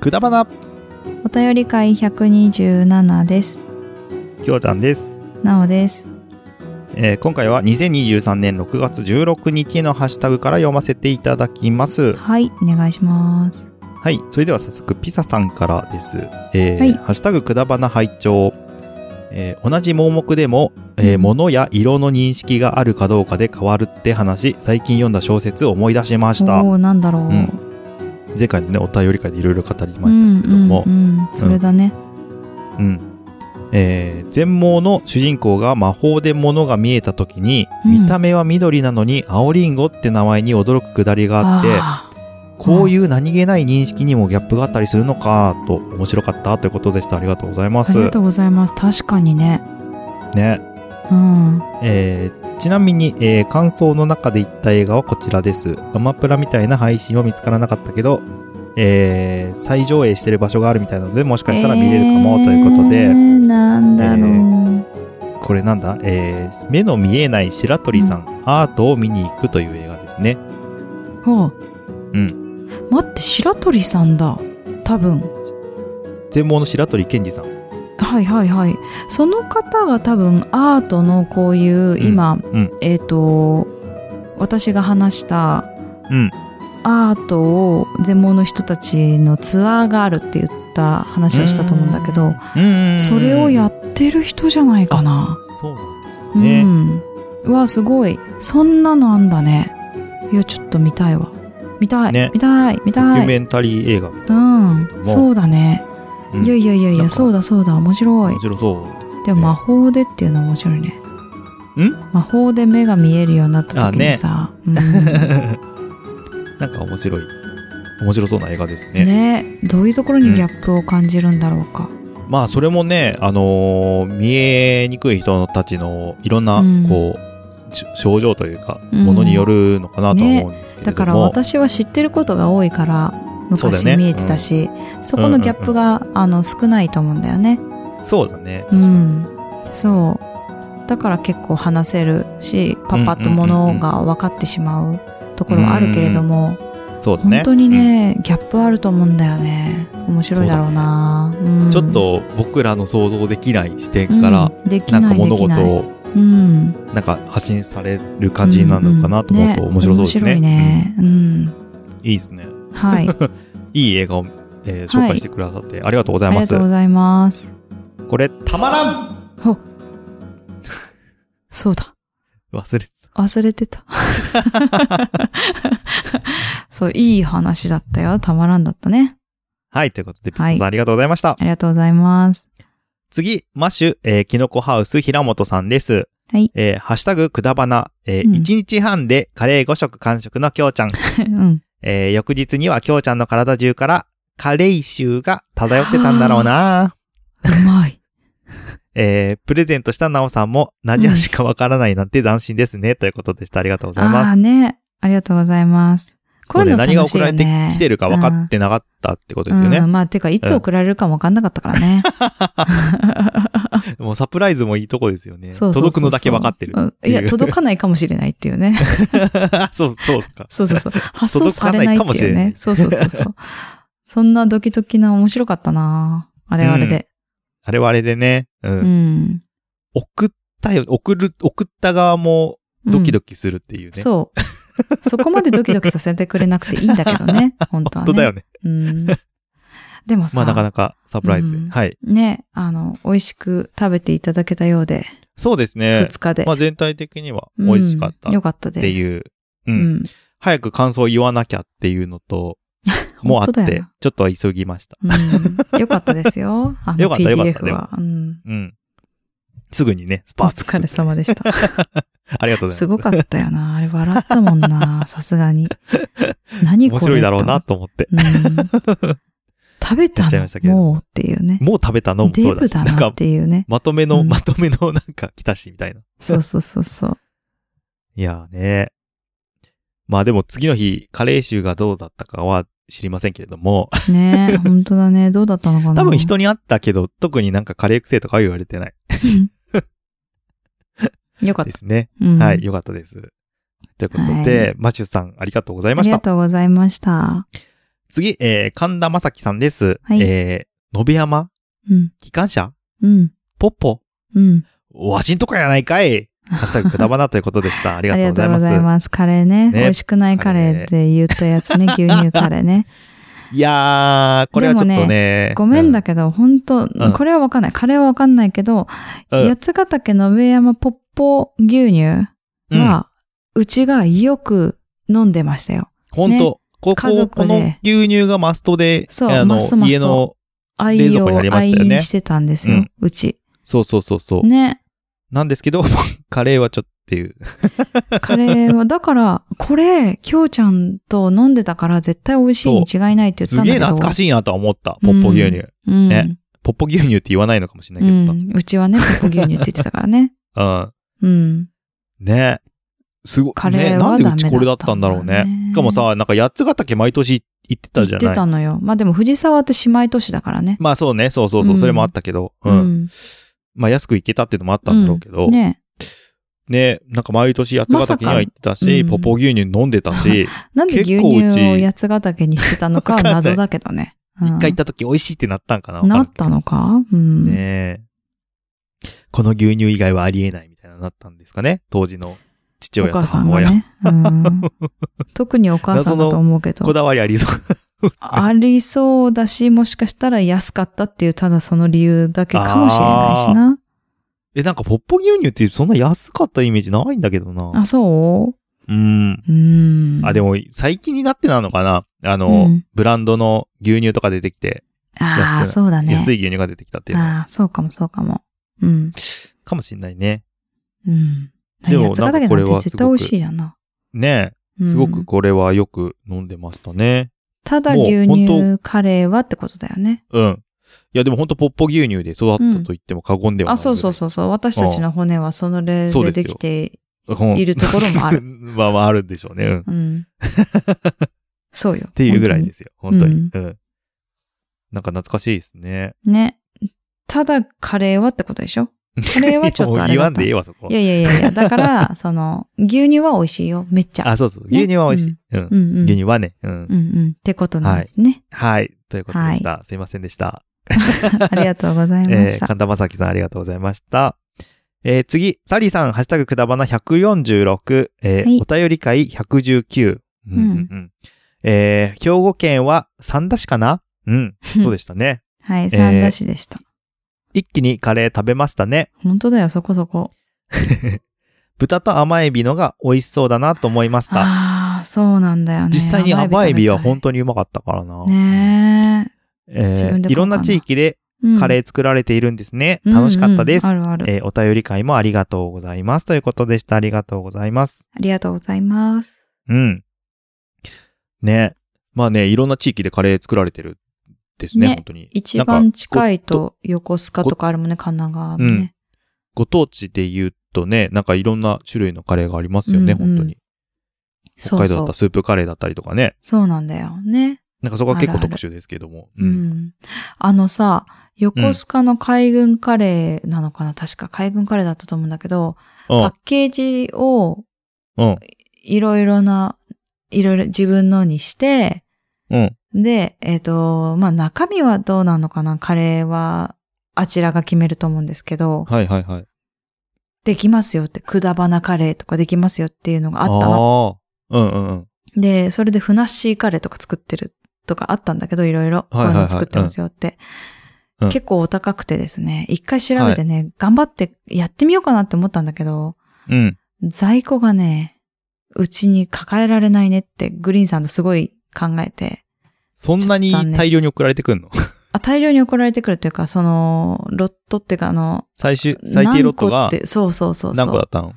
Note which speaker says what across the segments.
Speaker 1: くだばな
Speaker 2: お便り会127です。
Speaker 1: きょうちゃんです、
Speaker 2: なおです。
Speaker 1: えー今回は2023年6月16日のハッシュタグから読ませていただきます
Speaker 2: はい、お願いします。
Speaker 1: はいそれでは早速ピサさんからです、えー
Speaker 2: はい
Speaker 1: ハッシュタグくだばな拝聴、えー同じ盲目でも、えー物や色の認識があるかどうかで変わるって話最近読んだ小説を思い出しました
Speaker 2: おお、なんだろう。
Speaker 1: ん前回のねお便り会でいろいろ語り
Speaker 2: う
Speaker 1: ま
Speaker 2: ん、
Speaker 1: したけども、
Speaker 2: うん、うん、それだね。
Speaker 1: うん。えー全盲の主人公が魔法で物が見えた時に、
Speaker 2: うん
Speaker 1: 見た目は緑なのに青りんごって名前に驚くくだりがあって、
Speaker 2: あー
Speaker 1: こういう何気ない認識にもギャップがあったりするのか、と面白かったということでした。ありがとうございま
Speaker 2: あ
Speaker 1: す。
Speaker 2: りがとうございます。確かにね。
Speaker 1: ね。
Speaker 2: うん。
Speaker 1: えーちなみに、えー感想の中で言った映画はこちらです。アマプラみたいな配信は見つからなかったけど、えー再上映してる場所があるみたいなので、もしかしたら見れるかも、ということ
Speaker 2: え
Speaker 1: で、
Speaker 2: ー、なんだろう。
Speaker 1: えこれなんだえー目の見えない白鳥さん、アートを見に行くという映画ですね。
Speaker 2: ほう。
Speaker 1: うん。
Speaker 2: 待って、白鳥さんだ。多分。
Speaker 1: 全盲の白鳥健二さん。
Speaker 2: はいはいはい。その方が多分アートのこういう今、
Speaker 1: うん
Speaker 2: えっ、と、私が話した
Speaker 1: うん。
Speaker 2: アートを全盲の人たちのツアーがあるって言った話をしたと思うんだけど、
Speaker 1: うん。
Speaker 2: それをやってる人じゃないかな。
Speaker 1: そうなん
Speaker 2: う
Speaker 1: ですよね。
Speaker 2: ん。うわ、すごい。そんなのあんだね。いや、ちょっと見たいわ。見たい。
Speaker 1: ね
Speaker 2: 見たい。
Speaker 1: ド
Speaker 2: 見
Speaker 1: キ
Speaker 2: た
Speaker 1: ュ
Speaker 2: い。
Speaker 1: メンタリー映画。
Speaker 2: うん。
Speaker 1: も
Speaker 2: そうだね。
Speaker 1: うん
Speaker 2: いやいやいやい
Speaker 1: なん
Speaker 2: や、
Speaker 1: か
Speaker 2: そうだそうだ。面白い
Speaker 1: 面。白そう。
Speaker 2: でも魔法でっていうのは面白いね。
Speaker 1: ん
Speaker 2: 魔法で目が見えるようになった時にさ。
Speaker 1: なんか面白い。面白そうな映画です
Speaker 2: うん
Speaker 1: ね。
Speaker 2: ねどういうところにギャップを感じるんだろうか。
Speaker 1: まあ、それもね、あのー見えにくい人たちのいろんな、
Speaker 2: うん
Speaker 1: こう、し症状というか、
Speaker 2: うん
Speaker 1: ものによるのかなとは思うんですけれども、
Speaker 2: だから私は知ってることが多いから、
Speaker 1: そうだよ
Speaker 2: 昔
Speaker 1: ね
Speaker 2: 見えてたし、そこのギャップが、あの、少ないと思うんだよね。
Speaker 1: そうだね。
Speaker 2: うん。そう。だから結構話せるし、パパッとものが分かってしまうところはあるけれども、
Speaker 1: そうだね。
Speaker 2: 本当にね、ギャップあると思うんだよね。面白いだろうなうん
Speaker 1: ちょっと僕らの想像できない視点から、
Speaker 2: うんでき
Speaker 1: なん
Speaker 2: な
Speaker 1: か
Speaker 2: いで
Speaker 1: 物
Speaker 2: きな
Speaker 1: 事
Speaker 2: い。
Speaker 1: を
Speaker 2: うん。
Speaker 1: なんか発信される感じになるのかなと思うと面白そうですね。
Speaker 2: んんね面白いね。うん。
Speaker 1: うんいいですね。
Speaker 2: はい。
Speaker 1: いい映画を、えー紹介してくださってありがとうござ
Speaker 2: あ
Speaker 1: い
Speaker 2: り
Speaker 1: ま
Speaker 2: が
Speaker 1: す。
Speaker 2: とうございます。
Speaker 1: これたまらん
Speaker 2: そうだ。
Speaker 1: 忘れてた。
Speaker 2: 忘れてた。 そう、いい話だったよ。たまらんだったね。
Speaker 1: はい、ということで、ピッコ
Speaker 2: はい
Speaker 1: さんありがとうございました。
Speaker 2: ありがとうございます。
Speaker 1: 次、マッシュ、えー、キノコハウス、平本さんです。
Speaker 2: はい
Speaker 1: えーハッシュタグ、くだばな、えー
Speaker 2: うん
Speaker 1: 1日半でカレー5食完食のきょうちゃん。
Speaker 2: うん。
Speaker 1: えー翌日にはきょうちゃんの体中から、カレイ臭が漂ってたんだろうな
Speaker 2: うまい。
Speaker 1: えープレゼントしたなおさんも、なじしかわからないなんて斬新ですね、ということでした。ありがとうござい
Speaker 2: あ
Speaker 1: ま
Speaker 2: あ
Speaker 1: す。
Speaker 2: ね。ありがとうございます。こういうの
Speaker 1: もうね
Speaker 2: 楽
Speaker 1: 何が
Speaker 2: しい
Speaker 1: 送
Speaker 2: よ
Speaker 1: られて
Speaker 2: ね。
Speaker 1: きてるか分かってなかったってことですよ
Speaker 2: う
Speaker 1: ね。
Speaker 2: ん、まあ、てか、いつ送られるかも分かんなかったからね。
Speaker 1: もうサプライズもいいとこです よね。
Speaker 2: そうそうそうそう
Speaker 1: 届くのだけ分かってる
Speaker 2: うんいや、届
Speaker 1: く。
Speaker 2: かないかもしれないっていうね。
Speaker 1: そう、そうか。
Speaker 2: そうそう そう。発送されないっていうね。
Speaker 1: 届
Speaker 2: そうそうそうそう。 そんなドキドキな面白かったなあれはあれで。
Speaker 1: あれはあれでね、うん。
Speaker 2: うん。
Speaker 1: 送ったよ、送る、送った側もドキドキするっていうね。
Speaker 2: キそう。そこまでドキドキさせてくれなくていいんだけど ね。本当は
Speaker 1: 本当
Speaker 2: ね。
Speaker 1: だよね。
Speaker 2: うん。でもさ、
Speaker 1: まあなかなかサプライズで。
Speaker 2: うん
Speaker 1: はい。
Speaker 2: ね、あの、美味しく食べていただけたようで、
Speaker 1: そうですね。
Speaker 2: 2日で。
Speaker 1: まあ全体的には美味しかった
Speaker 2: う
Speaker 1: っ
Speaker 2: んよかったです。
Speaker 1: ていう。う。
Speaker 2: うんん。
Speaker 1: 早く感想言わなきゃっていうの と、もうあっ
Speaker 2: 本当だよ
Speaker 1: て
Speaker 2: な、
Speaker 1: ちょっと急ぎました。
Speaker 2: うん。よかったですよ。あ
Speaker 1: よ
Speaker 2: の
Speaker 1: かったよかった
Speaker 2: PDF は。うん。
Speaker 1: うん。すぐにね、ス
Speaker 2: お
Speaker 1: パッと
Speaker 2: 疲れ様でした。
Speaker 1: ありがとうござ
Speaker 2: す
Speaker 1: いま
Speaker 2: ごかったよな。あ れ笑ったもんな。さすがに。
Speaker 1: す。
Speaker 2: 何こ
Speaker 1: 面
Speaker 2: れ
Speaker 1: 白いだろうな。と思って。
Speaker 2: うん食べ
Speaker 1: や
Speaker 2: た
Speaker 1: っちゃい
Speaker 2: の
Speaker 1: ましたけれども
Speaker 2: もうっていうね。
Speaker 1: もう食べたのもそ
Speaker 2: デ
Speaker 1: うだ
Speaker 2: ブ
Speaker 1: し。な
Speaker 2: だ
Speaker 1: ん
Speaker 2: なっ
Speaker 1: か、
Speaker 2: ていうね。
Speaker 1: まとめの、
Speaker 2: うん
Speaker 1: まとめのなんか来たし、みたいな。
Speaker 2: そうそうそうそう。
Speaker 1: いやーね。まあでも次の日、カレー臭がどうだったかは知りませんけれども、
Speaker 2: ねえ、本当だね。どうだったのかな。
Speaker 1: 多分人に会ったけど、特になんかカレー癖とかは言われてない
Speaker 2: よかっ
Speaker 1: で
Speaker 2: た。
Speaker 1: すね。
Speaker 2: うん
Speaker 1: はい、よかったです。ということで、マシュさんありがとうござい
Speaker 2: あ
Speaker 1: まし
Speaker 2: り
Speaker 1: た
Speaker 2: が。とうございました。
Speaker 1: 次、えー、神田正輝さんです。
Speaker 2: はい
Speaker 1: えー、野辺山
Speaker 2: うん。
Speaker 1: 機関車
Speaker 2: うん。
Speaker 1: ポッポ
Speaker 2: うん。
Speaker 1: わしんとこやないか いハッシュタグくだばなということでした。あり
Speaker 2: あ
Speaker 1: が
Speaker 2: り
Speaker 1: とう
Speaker 2: が
Speaker 1: ござ
Speaker 2: と
Speaker 1: いう
Speaker 2: ご
Speaker 1: ま
Speaker 2: ざ
Speaker 1: す。
Speaker 2: います。カレーね。
Speaker 1: ね
Speaker 2: 美味しくないカレーって言ったやつね。牛乳カレーね。
Speaker 1: いやー、これはちょっとね。
Speaker 2: でもごめんだけど、本当
Speaker 1: ん
Speaker 2: これはわかんない。カレーはわかんないけど、
Speaker 1: うん
Speaker 2: 八ヶ岳野辺山ポッポ
Speaker 1: う
Speaker 2: 牛乳
Speaker 1: ん、うん
Speaker 2: は、うちがよく飲んでましたよ。
Speaker 1: ほんと。こ
Speaker 2: 家
Speaker 1: こ、
Speaker 2: 族
Speaker 1: この
Speaker 2: で
Speaker 1: 牛乳がマストで、
Speaker 2: そう
Speaker 1: あの、
Speaker 2: マストマスト
Speaker 1: 家の、冷
Speaker 2: 愛
Speaker 1: 蔵
Speaker 2: を
Speaker 1: 庫にありま
Speaker 2: 愛
Speaker 1: したよね
Speaker 2: 飲してたんですよ、
Speaker 1: う
Speaker 2: うんち。
Speaker 1: そうそうそうそう。
Speaker 2: ね。
Speaker 1: なんですけど、 カレーはちょっとっていう。
Speaker 2: カレ ーは、だから、これ、きょうちゃんと飲んでたから絶対美味しいに違いないって言った
Speaker 1: す
Speaker 2: んだけ
Speaker 1: げ
Speaker 2: ど。
Speaker 1: え懐かしいなとは思った。ポッポ牛乳。
Speaker 2: うん。
Speaker 1: ねポッポ牛乳って言わないのかもしれ
Speaker 2: う
Speaker 1: ないけど
Speaker 2: ん。うちはね、ポッポ牛乳って言ってたからね。
Speaker 1: さ。
Speaker 2: うん。
Speaker 1: うん。ねすごい。
Speaker 2: カレ
Speaker 1: ね
Speaker 2: ー
Speaker 1: な
Speaker 2: は
Speaker 1: んで
Speaker 2: ダメ
Speaker 1: う
Speaker 2: だったんだ
Speaker 1: ち
Speaker 2: ね
Speaker 1: これだったんだろうね。しかもさ、なんか八ヶ岳毎年行ってたじゃ
Speaker 2: 言っ
Speaker 1: ない
Speaker 2: てたのよ。まあでも藤沢って姉妹都市だからね。
Speaker 1: まあそうね、そうそうそう、
Speaker 2: うん
Speaker 1: それもあったけど、うん。まあ安く行けたっていうのもあったんだろうけど、
Speaker 2: うんね
Speaker 1: ね、なんか毎年八ヶ岳には行ってたし、
Speaker 2: まさか
Speaker 1: ポ
Speaker 2: うん
Speaker 1: ポ牛乳飲んでたし、
Speaker 2: なんで牛
Speaker 1: 結
Speaker 2: 乳
Speaker 1: 構うち
Speaker 2: を八ヶ岳にしてたのかは謎だけどね。
Speaker 1: 一
Speaker 2: うん
Speaker 1: 回行った時美味しいってなったんかな
Speaker 2: なったのかうん。
Speaker 1: ねえ。この牛乳以外はありえないみたいななったんですかね当時の父
Speaker 2: お
Speaker 1: 親と
Speaker 2: 母さん
Speaker 1: 母
Speaker 2: が
Speaker 1: 親。
Speaker 2: ね。うん、 特にお母さんだと思うけ
Speaker 1: こ
Speaker 2: ど。
Speaker 1: だわりありそう。
Speaker 2: ありそうだし、もしかしたら安かったっていう、ただその理由だけかもしれないしな。
Speaker 1: え、なんかポッポ牛乳ってそんな安かったイメージないんだけどな。
Speaker 2: あそ
Speaker 1: うん。
Speaker 2: ううん。
Speaker 1: あ、で
Speaker 2: も、
Speaker 1: も最近になってなのかなあの、
Speaker 2: うん
Speaker 1: ブランドの牛乳とか出てきて、
Speaker 2: あ
Speaker 1: 安
Speaker 2: あ、
Speaker 1: く
Speaker 2: そうだね。
Speaker 1: 安い牛乳が出てきたっていうの
Speaker 2: ああ、そうかもそうかも。うん。
Speaker 1: かもしんないね。
Speaker 2: うん。
Speaker 1: でも
Speaker 2: 八ヶ岳
Speaker 1: なんかこ
Speaker 2: な
Speaker 1: れ
Speaker 2: んて
Speaker 1: は
Speaker 2: 絶対美味しいじゃんな。
Speaker 1: ねえ。
Speaker 2: うん
Speaker 1: すごくこれはよく飲んでましたね。
Speaker 2: ただ
Speaker 1: もう
Speaker 2: 牛
Speaker 1: 本
Speaker 2: 乳カレーはってことだよね。
Speaker 1: うん。いや、でもほんとポッポ牛乳で育ったと言っても過言ではない、
Speaker 2: あ、そうそうそうそう。私たちの骨はその例
Speaker 1: そう
Speaker 2: で
Speaker 1: ですよ
Speaker 2: できて、
Speaker 1: うん。
Speaker 2: いるところもあ る
Speaker 1: まあまああるんでしょうね。うん。っ
Speaker 2: うん。そうよ。って。
Speaker 1: いうぐらいですすよ。本当に。
Speaker 2: うん
Speaker 1: うん。なんか懐かしいですね。
Speaker 2: ね。ただカレーはってことでしょカレーはちょっとあれ
Speaker 1: 言
Speaker 2: だ
Speaker 1: わ
Speaker 2: っ
Speaker 1: ん
Speaker 2: た
Speaker 1: でええわ、そこ
Speaker 2: い。やいやいやいや、だから、その、牛乳は美味しいよ。めっちゃ。
Speaker 1: あ、そうそう。牛乳は美味しい。うん。
Speaker 2: うんうん。
Speaker 1: 牛乳はね。うん
Speaker 2: う。んうん。ってことなんですね。
Speaker 1: はい。ということでした。すいませんでした。
Speaker 2: ありがとうございま
Speaker 1: え
Speaker 2: し
Speaker 1: ー、
Speaker 2: た。
Speaker 1: 神田正輝さんありがとうございました。えー、次、サリーさん、ハッシュタグくだばな146、えー
Speaker 2: はい
Speaker 1: お便り会119。うんうんうん。えー、兵庫県は三田市かなうん、そうでしたね。
Speaker 2: はい、
Speaker 1: えー
Speaker 2: 三田市でした。
Speaker 1: 一気にカレー食べましたね。
Speaker 2: 本当だよ、そこそこ。
Speaker 1: 豚と甘エビのが美味しそうだなと思いました。
Speaker 2: ああ、そうなんだよね。
Speaker 1: 実際に甘エビは本
Speaker 2: 当
Speaker 1: 当にうまかったからな。
Speaker 2: ね
Speaker 1: え
Speaker 2: 自分で買おうか
Speaker 1: ー、
Speaker 2: ない
Speaker 1: ろんな地域で
Speaker 2: えうん。
Speaker 1: カレー作られているんですね。楽しかったです。
Speaker 2: うんうんあるある。
Speaker 1: えーお便り会もありがとうございます。ということでした。ありがとうございます。
Speaker 2: ありがとうございます。
Speaker 1: うん。ね。まあね、いろんな地域でカレー作られてるですね、
Speaker 2: ね
Speaker 1: 本当に。
Speaker 2: 一番近
Speaker 1: い。
Speaker 2: いと横須賀とかあるもんね、神奈川もね。
Speaker 1: ご当地で言うとね、なんかいろんな種類のカレーがありますよね、
Speaker 2: うんうん
Speaker 1: 本当に。北
Speaker 2: そう
Speaker 1: 海道だ
Speaker 2: そ
Speaker 1: った
Speaker 2: う
Speaker 1: ら。スープカレーだったりとかね。
Speaker 2: そうなんだよね。
Speaker 1: なんかそこは結構
Speaker 2: あるある
Speaker 1: 特殊ですけども。
Speaker 2: う。ん。あのさ、横須賀の海軍カレーなのかな確か海軍カレーだったと思うんだけど、
Speaker 1: う
Speaker 2: パ
Speaker 1: ん
Speaker 2: ッ。ケージを
Speaker 1: うん。
Speaker 2: いろいろな、いろいろ自分のにして、
Speaker 1: うん。
Speaker 2: で、えっ、と、まあ、中身はどうなのかなカレーは、あちらが決めると思うんですけど、
Speaker 1: はいはいはい。
Speaker 2: できますよって、くだばなカレーとかできますよっていうのがあったの。
Speaker 1: ああ。うんうんうん。
Speaker 2: で、それでふなっしーカレーとか作ってるとかあったんだけど、いろいろ、こ
Speaker 1: は
Speaker 2: う
Speaker 1: い
Speaker 2: い
Speaker 1: は
Speaker 2: う
Speaker 1: いはい
Speaker 2: の作ってますよって。
Speaker 1: うん
Speaker 2: 結構お高くてですね、一回調べてね、頑張ってやってみようかなって思ったんだけど、
Speaker 1: うん。
Speaker 2: 在庫がね、うちに抱えられないねって、グリーンさんとすごい考えて、
Speaker 1: そんなに
Speaker 2: ちょっと残念
Speaker 1: 大量に送られてくんの
Speaker 2: あ、大量に送られてくるというか、その、ロットっていうか、あの、
Speaker 1: 最終、最低ロットが
Speaker 2: 何個って、そうそうそうそ
Speaker 1: 何個だ
Speaker 2: う。
Speaker 1: ったの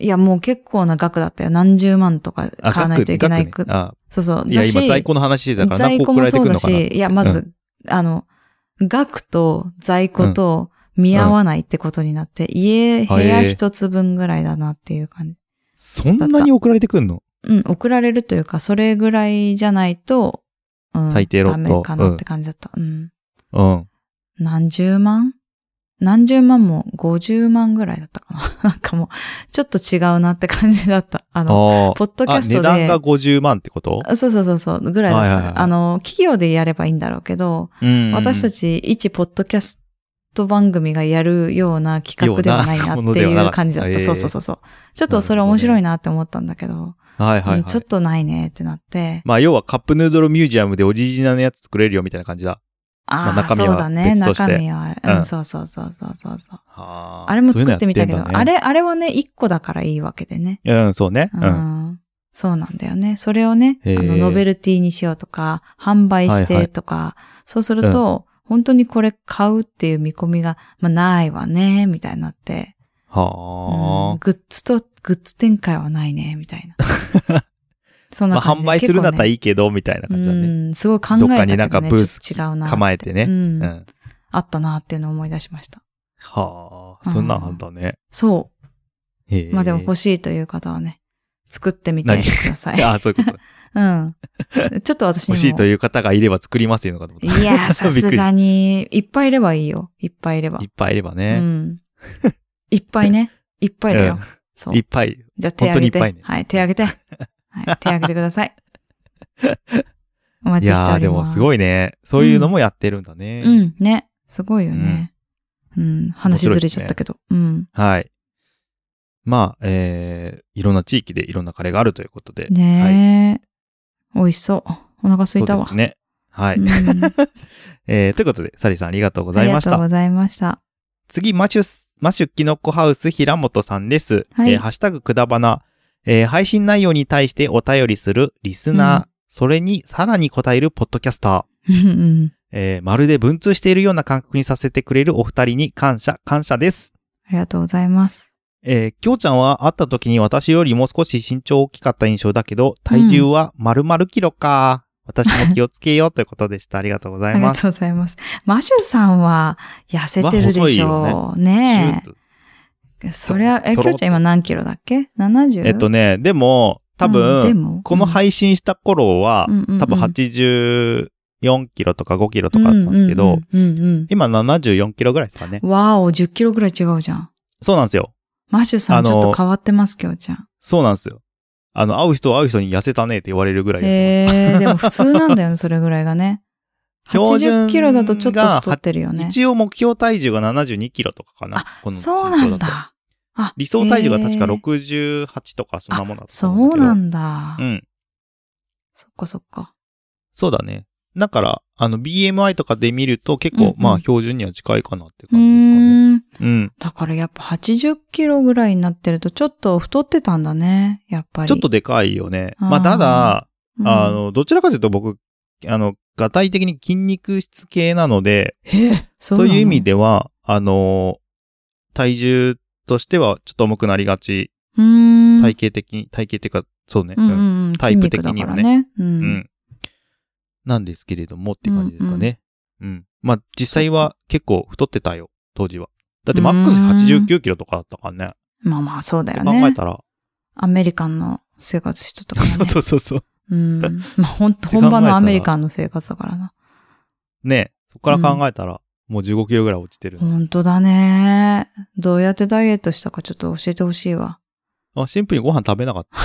Speaker 2: いや、もう結構な額だったよ。何十万とか
Speaker 1: あ、
Speaker 2: 買わないといけない。
Speaker 1: 額ねあ
Speaker 2: そうそう。
Speaker 1: いや、
Speaker 2: だし
Speaker 1: 今在庫の話してたから
Speaker 2: 在
Speaker 1: 何個送
Speaker 2: 庫
Speaker 1: ら
Speaker 2: も
Speaker 1: れてく
Speaker 2: そうんだ
Speaker 1: のかな
Speaker 2: し、いや、まず、あの、額と在庫と見合わないってことになって、家、
Speaker 1: あ
Speaker 2: 部屋
Speaker 1: ええ
Speaker 2: 一つ分ぐらいだなっていう感じ。
Speaker 1: そんなに送られてくんの
Speaker 2: うん、送られるというか、それぐらいじゃないと、うん、
Speaker 1: 最低ロット
Speaker 2: ダメかなって感じだった。うん。
Speaker 1: うん。
Speaker 2: 何十万何十万も50万ぐらいだったかな。 なんかもう、ちょっと違うなって感じだった。あの、
Speaker 1: あ
Speaker 2: ポッドキ
Speaker 1: あ、
Speaker 2: ャストで。
Speaker 1: 値段が50万ってこと
Speaker 2: そうそうそうそう、ぐらいだった、
Speaker 1: はいはいはい
Speaker 2: あの、企業でやればいいんだろうけど、
Speaker 1: うん
Speaker 2: 私たち一ポッドキャスト番組がやるような企画ではないな
Speaker 1: ようなもの
Speaker 2: って
Speaker 1: ではいなか
Speaker 2: う
Speaker 1: った
Speaker 2: 感じだった。
Speaker 1: ええ
Speaker 2: そうそうそうそう。ちょっとそれ面白いなって思ったんだけど、
Speaker 1: はいはい、は
Speaker 2: う
Speaker 1: い
Speaker 2: んちょっとないねってなって。
Speaker 1: まあ、要はカップヌードルミュージアムでオリジナルのやつ作れるよみたいな感じだ。ま
Speaker 2: ああ、
Speaker 1: あ中身
Speaker 2: そ
Speaker 1: は
Speaker 2: うだね。
Speaker 1: 別として
Speaker 2: 中身は、
Speaker 1: う
Speaker 2: うんん、そうそうそうそうそうそう。
Speaker 1: あ
Speaker 2: あれも作ってみたけど、あ
Speaker 1: れ
Speaker 2: れ、あれはね、一個だからいいわけでね。
Speaker 1: うん、そうね。
Speaker 2: う
Speaker 1: うん。
Speaker 2: ん。そうなんだよね。それをね、あ
Speaker 1: へえ
Speaker 2: の、ノベルティにしようとか、販売し
Speaker 1: はいは
Speaker 2: て
Speaker 1: い
Speaker 2: とか、そうすると、本当にこれ買うっていう見込みが、まあ、ないわね、みたいになって、うん
Speaker 1: は
Speaker 2: グッズと、グッズ展開はないね、み たいな。そん
Speaker 1: あ。ま
Speaker 2: な
Speaker 1: あ、
Speaker 2: 感
Speaker 1: 販
Speaker 2: じで
Speaker 1: 売するんだったら
Speaker 2: 結
Speaker 1: いいけど、みたいな
Speaker 2: 構
Speaker 1: 感じ
Speaker 2: ね
Speaker 1: だね。
Speaker 2: うん、すごい考えた
Speaker 1: どっか
Speaker 2: けど、
Speaker 1: に
Speaker 2: ね、
Speaker 1: なんかブース
Speaker 2: ちょっと違うなって。
Speaker 1: 構えて
Speaker 2: う
Speaker 1: ね。
Speaker 2: ん
Speaker 1: うん。
Speaker 2: あったなっていうのを思い出しました。
Speaker 1: はあ。そんなんあんだね。
Speaker 2: そ
Speaker 1: へえ
Speaker 2: う。まあでも欲しいという方はね、作ってみて
Speaker 1: 何
Speaker 2: ください。
Speaker 1: ああ、そういうこと。
Speaker 2: うん。ちょっと私に
Speaker 1: 欲
Speaker 2: も。
Speaker 1: しいという方がいれば作りますよのかと思っ
Speaker 2: いやー、さ
Speaker 1: びっく
Speaker 2: す
Speaker 1: り
Speaker 2: がに、いっぱいいればいいよ。いっぱいいれば。
Speaker 1: た。いっぱいいれば
Speaker 2: う
Speaker 1: ね。
Speaker 2: ん。いっぱいね。いっぱいだよ。そう
Speaker 1: い。っぱい。
Speaker 2: じゃあ手挙げて。
Speaker 1: 本当にいっぱいね
Speaker 2: はい、手 挙げて。はい、手挙げてください。お待
Speaker 1: い
Speaker 2: ちして
Speaker 1: や
Speaker 2: お
Speaker 1: ー
Speaker 2: り
Speaker 1: で
Speaker 2: ま
Speaker 1: も
Speaker 2: す。
Speaker 1: すごいね。そういうのもやってるんだね。
Speaker 2: うん、ね。すごいよね。うん、話ずれちゃったけど。うん。
Speaker 1: はい。まあ、えー、いろんな地域でいろんなカレーがあるということで。はい。
Speaker 2: ねえ、美味しそう。お腹空
Speaker 1: そ
Speaker 2: いうた
Speaker 1: で
Speaker 2: わ。
Speaker 1: すね。はい。
Speaker 2: うん
Speaker 1: えーということで、サリさんありがとうご
Speaker 2: あ
Speaker 1: ざい
Speaker 2: り
Speaker 1: ま
Speaker 2: が
Speaker 1: し
Speaker 2: とう
Speaker 1: た。
Speaker 2: ございました。
Speaker 1: 次、マシュス、マシュキノコハウス平本さんです。
Speaker 2: はい
Speaker 1: えーハッシュタグくだばな。えー配信内容に対してお便りするリスナー、
Speaker 2: うん
Speaker 1: それにさらに答えるポッドキャスター。
Speaker 2: うん
Speaker 1: えーまるで文通しているような感覚にさせてくれるお二人に感謝、感謝です。
Speaker 2: ありがとうございます。
Speaker 1: えー、きょうちゃんは会った時に私よりも少し身長大きかった印象だけど、体重は丸々キロか。私も気をつけようということで した。ありがとうござ
Speaker 2: あ
Speaker 1: い
Speaker 2: りが
Speaker 1: ます。
Speaker 2: とうございます。マシュさんは痩せてるでしょう。ね
Speaker 1: シュー
Speaker 2: え。そりゃ、え、
Speaker 1: ひ
Speaker 2: き
Speaker 1: ょろっ
Speaker 2: ょ
Speaker 1: と
Speaker 2: うちゃん今何キロだっけ ?70?
Speaker 1: えっとね、でも、多
Speaker 2: うんで
Speaker 1: 分、
Speaker 2: も
Speaker 1: この配信した頃は、多分
Speaker 2: 8
Speaker 1: 84キロとか5キロとかあったんですけど、。
Speaker 2: うんうんうん
Speaker 1: 今74キロぐらいですかね。
Speaker 2: うんわお、10キロぐらい違うじゃん。
Speaker 1: そうなんですよ。
Speaker 2: マシュさ
Speaker 1: あ
Speaker 2: ん
Speaker 1: の
Speaker 2: ちょっと変わってます、きょうちゃん。
Speaker 1: そうなんですよ。あの、会う人会う人に痩せたねって言われるぐらい痩せま
Speaker 2: えー、でも普通なんだよね、それぐらいがね。
Speaker 1: 標準
Speaker 2: 80キロだとちょっと太ってるよ
Speaker 1: した
Speaker 2: ね。
Speaker 1: 一応目標体重が72キロとかかな。この身長
Speaker 2: そう
Speaker 1: と
Speaker 2: なんだ。あ、
Speaker 1: 理想体重が確か
Speaker 2: へー
Speaker 1: 68とかそんなもんだったと
Speaker 2: そ
Speaker 1: 思
Speaker 2: う
Speaker 1: うんだけど。
Speaker 2: なんだ。
Speaker 1: うん。
Speaker 2: そっかそっか。
Speaker 1: そうだね。だから、あの、BMI とかで見ると結
Speaker 2: うん
Speaker 1: 構、
Speaker 2: うん
Speaker 1: まあ、標準には近いかなって
Speaker 2: うー
Speaker 1: 感
Speaker 2: ん。
Speaker 1: じですかね。うん。
Speaker 2: だからやっぱ80キロぐらいになってるとちょっと太ってたんだね、やっぱり。
Speaker 1: ちょっとでかいよね。
Speaker 2: あー
Speaker 1: まあ、ただ、
Speaker 2: うん、
Speaker 1: あの、どちらかというと僕、あの、が体的に筋肉質系なので、
Speaker 2: へえ、そ
Speaker 1: そういう意味
Speaker 2: で、
Speaker 1: では、あの、体重としてはちょっと重くなりがち。
Speaker 2: うーん。
Speaker 1: 体型的に、体型っていうか、そうね。
Speaker 2: うんうんうん、
Speaker 1: タイプ的に
Speaker 2: 筋肉だ
Speaker 1: はね
Speaker 2: からね。う。
Speaker 1: うんん。なんですけれどもって感じですかね。うん、うんまあ、実際は結構太ってたよ、当時は。だってマックス89キロとかだったからね。
Speaker 2: まあまあそうだよ
Speaker 1: 考え
Speaker 2: ね。
Speaker 1: たら。
Speaker 2: アメリカンの生活してたから、ね。
Speaker 1: そうそうそうそう。
Speaker 2: うん。まあ本
Speaker 1: て考
Speaker 2: 当
Speaker 1: えたら
Speaker 2: 本場のアメリカンの生活だからな。
Speaker 1: ねそこから考えたら、もう15キロぐらい落ちてる。
Speaker 2: 本当だね。どうやってダイエットしたかちょっと教えてほしいわ。
Speaker 1: あシンプルにご飯食べなかった。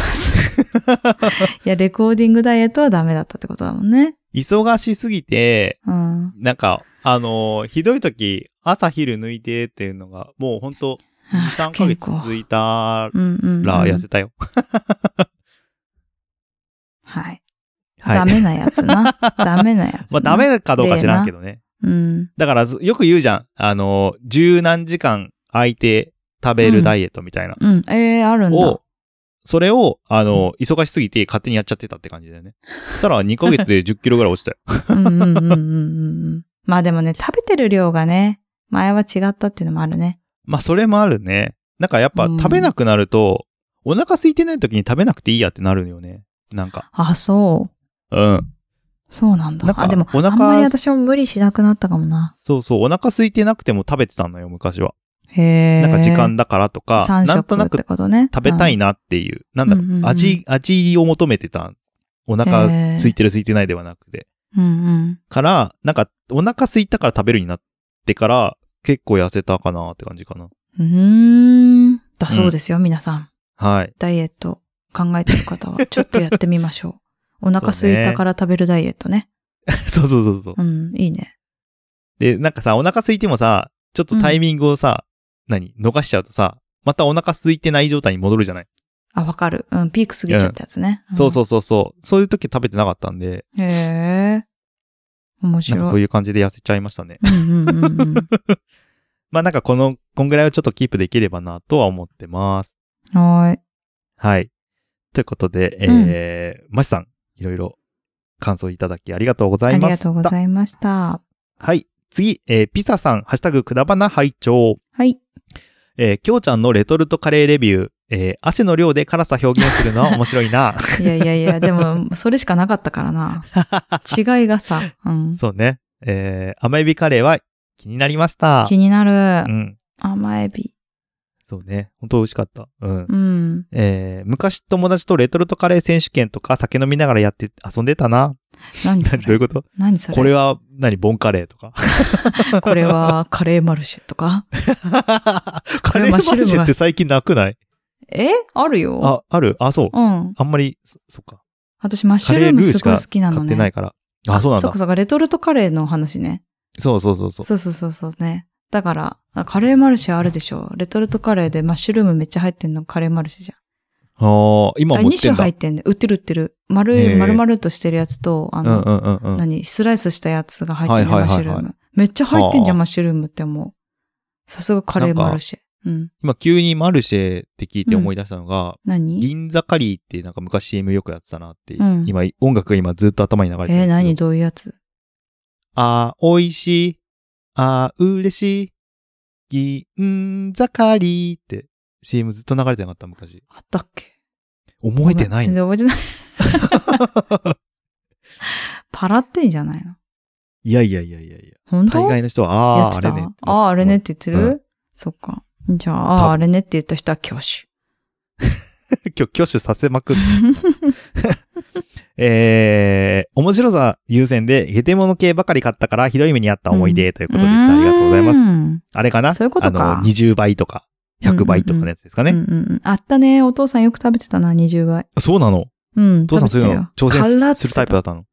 Speaker 2: いや、レコーディングダイエットはダメだったってことだもんね。
Speaker 1: 忙しすぎて、
Speaker 2: うん。
Speaker 1: なんか、あのーひどい時、朝昼抜いてっていうのが、もうほんと、
Speaker 2: あ
Speaker 1: 2、3ヶ月続いた
Speaker 2: うんうんうん。
Speaker 1: ら痩せたよ。
Speaker 2: はい。
Speaker 1: は
Speaker 2: ダ
Speaker 1: い。
Speaker 2: メなやつ な。ダメなやつ
Speaker 1: ま
Speaker 2: な。
Speaker 1: あ、ダメかどうか知らんけどね。
Speaker 2: うん。
Speaker 1: だからず、よく言うじゃん。あの、十何時間空いて食べるダイエットみたいな。
Speaker 2: うん。ええあるんだ
Speaker 1: を。、それを、あの、忙しすぎて勝手にやっちゃってたって感じだよね。そしたら2ヶ月で10キロぐらい落ちたよ。
Speaker 2: うんうんうんうんうんうん。まあでもね、食べてる量がね、前は違ったっていうのもあるね。
Speaker 1: まあ、それもあるね。なんかやっぱ
Speaker 2: うん
Speaker 1: 食べなくなると、お腹空いてない時に食べなくていいやってなるよね。なんか。
Speaker 2: あ、そう。
Speaker 1: うん。
Speaker 2: そうなんだ。
Speaker 1: なんか
Speaker 2: あ、でも、
Speaker 1: お腹
Speaker 2: あんまり私も無理しなくなったかもな。
Speaker 1: そうそう。お腹空いてなくても食べてたのよ、昔は。
Speaker 2: へえ。
Speaker 1: なんか時間だからとか、
Speaker 2: 3
Speaker 1: なんと
Speaker 2: 食
Speaker 1: な
Speaker 2: っ
Speaker 1: く
Speaker 2: てことね。
Speaker 1: 食べたいなっていう、なんだろう
Speaker 2: うんうんうん
Speaker 1: 味、味を求めてた。お腹空いてる空いてないではなくて。
Speaker 2: うん。うんうん。
Speaker 1: から、なんか、お腹空いたから食べるになってから、結構痩せたかなって感じかな。
Speaker 2: うーん。だそうですよ、皆さん。
Speaker 1: はい。
Speaker 2: ダイエット考えてる方は、ちょっとやってみましょう。 お腹空いたから食べるダイエットね。
Speaker 1: そうそうそうそう。
Speaker 2: うん、いいね。
Speaker 1: で、なんかさ、お腹空いてもさ、ちょっとタイミングをさ、何逃しちゃうとさ、またお腹空いてない状態に戻るじゃない、
Speaker 2: あ、わかる。うん、ピーク過ぎちゃったやつね。
Speaker 1: そうそううそうそう。そういう時食べてなかったんで、
Speaker 2: ん。へえ。面
Speaker 1: なん
Speaker 2: 白い。
Speaker 1: かそういう感じで痩せちゃいましたね。
Speaker 2: うんうんうんうん。
Speaker 1: まあなんかこの、こんぐらいはちょっとキープできればなとは思ってます。
Speaker 2: はーい。
Speaker 1: はい。ということで、えー、ましさん、いろいろ感想いただきありがとうござ
Speaker 2: あ
Speaker 1: い
Speaker 2: り
Speaker 1: ま
Speaker 2: が
Speaker 1: す。
Speaker 2: とうございました。
Speaker 1: はい。次、えー、ピサさん、ハッシュタグくだばな拝聴
Speaker 2: はい。
Speaker 1: えー、きょうちゃんのレトルトカレーレビュー、えー、汗の量で辛さ表現するのは面白い な。
Speaker 2: いやいやいや、でも、それしかなかったから な。違いがさ、うん。
Speaker 1: そうね。えー、甘エビカレーは気になりました。
Speaker 2: 気にな
Speaker 1: う
Speaker 2: る。
Speaker 1: ん。
Speaker 2: 甘エビ。
Speaker 1: そうね。本当美味しかった。うん。
Speaker 2: うん。
Speaker 1: えー、昔友達とレトルトカレー選手権とか酒飲みながらやって遊んでたな。
Speaker 2: 何そ
Speaker 1: どういう
Speaker 2: れ
Speaker 1: こと
Speaker 2: 何それ
Speaker 1: これは、何ボンカレーと か。
Speaker 2: これはカレーマルシェ とか
Speaker 1: カレーマルシェって最近なくない
Speaker 2: えあるよ。
Speaker 1: あ、あるあ、そう。
Speaker 2: うん。
Speaker 1: あんまり、そそっか。
Speaker 2: 私、マッシュルームすごい好きなの
Speaker 1: 買って
Speaker 2: ね。
Speaker 1: ないから。あ、そうなん
Speaker 2: そ
Speaker 1: だ
Speaker 2: っか。そっか、レトルトカレーの話ね。
Speaker 1: そうそうそうそう。
Speaker 2: そうそうそうそうね。だから、あカレーマルシェあるでしょ。レトルトカレーでマッシュルームめっちゃ入ってんのカレーマルシェじゃん。
Speaker 1: ああ、今
Speaker 2: あれ
Speaker 1: も売
Speaker 2: 2
Speaker 1: って
Speaker 2: 種
Speaker 1: んだ。
Speaker 2: 入ってんね。売ってる売ってる。丸
Speaker 1: へ
Speaker 2: い、
Speaker 1: ー
Speaker 2: 丸々としてるやつと、あ
Speaker 1: うん
Speaker 2: の、
Speaker 1: うんうんうん。
Speaker 2: 何、スライスしたやつが入ってるね、
Speaker 1: はい
Speaker 2: マ
Speaker 1: はいは
Speaker 2: ッ
Speaker 1: い
Speaker 2: シ
Speaker 1: は
Speaker 2: ュ
Speaker 1: い
Speaker 2: ルーム。めっちゃ入ってんじ
Speaker 1: は
Speaker 2: ゃ
Speaker 1: あ
Speaker 2: ん、マッシュルームって思う。さすがカレーマルシェ。うん。
Speaker 1: 今急にマルシェって聞いて思い出したのが、
Speaker 2: 何
Speaker 1: 銀座カリーってなんか昔 CM よくやってたなって、
Speaker 2: うん
Speaker 1: 今音楽が今ずっと頭に流れてるんです
Speaker 2: えー
Speaker 1: けど。
Speaker 2: 何どういうやつ
Speaker 1: あー、美味しい。あー、嬉しい。銀座カリーって CM ずっと流れてなかった昔。
Speaker 2: あったっけ
Speaker 1: 覚えてない
Speaker 2: 全
Speaker 1: の
Speaker 2: 然覚えてない。 パラってんじゃないの
Speaker 1: いやいやいやいやいや。
Speaker 2: 本当
Speaker 1: 大概の人は、
Speaker 2: やっ
Speaker 1: あ
Speaker 2: て
Speaker 1: ー、あ
Speaker 2: た
Speaker 1: れね。
Speaker 2: ああ、あれねっ。て言ってる、
Speaker 1: うん
Speaker 2: そっか。じゃあ、
Speaker 1: 多
Speaker 2: あ
Speaker 1: 分
Speaker 2: あ、あれねって言った人は挙手。
Speaker 1: 今日挙手させまくって えー、面白さ優先で、ゲテモノ系ばかり買ったから、ひどい目にあった思い出ということでした。ありがとうございます。
Speaker 2: す。
Speaker 1: あれかな
Speaker 2: そういうことか
Speaker 1: あの、20倍とか、100倍とかのやつですかね。
Speaker 2: うんうんうん。あったね。お父さんよく食べてたな、20倍。
Speaker 1: そうなの
Speaker 2: うん。
Speaker 1: お父さんそういうの挑
Speaker 2: 食べてたよ辛
Speaker 1: 戦
Speaker 2: っ
Speaker 1: す
Speaker 2: つ
Speaker 1: る
Speaker 2: って
Speaker 1: タ
Speaker 2: た
Speaker 1: イプだったの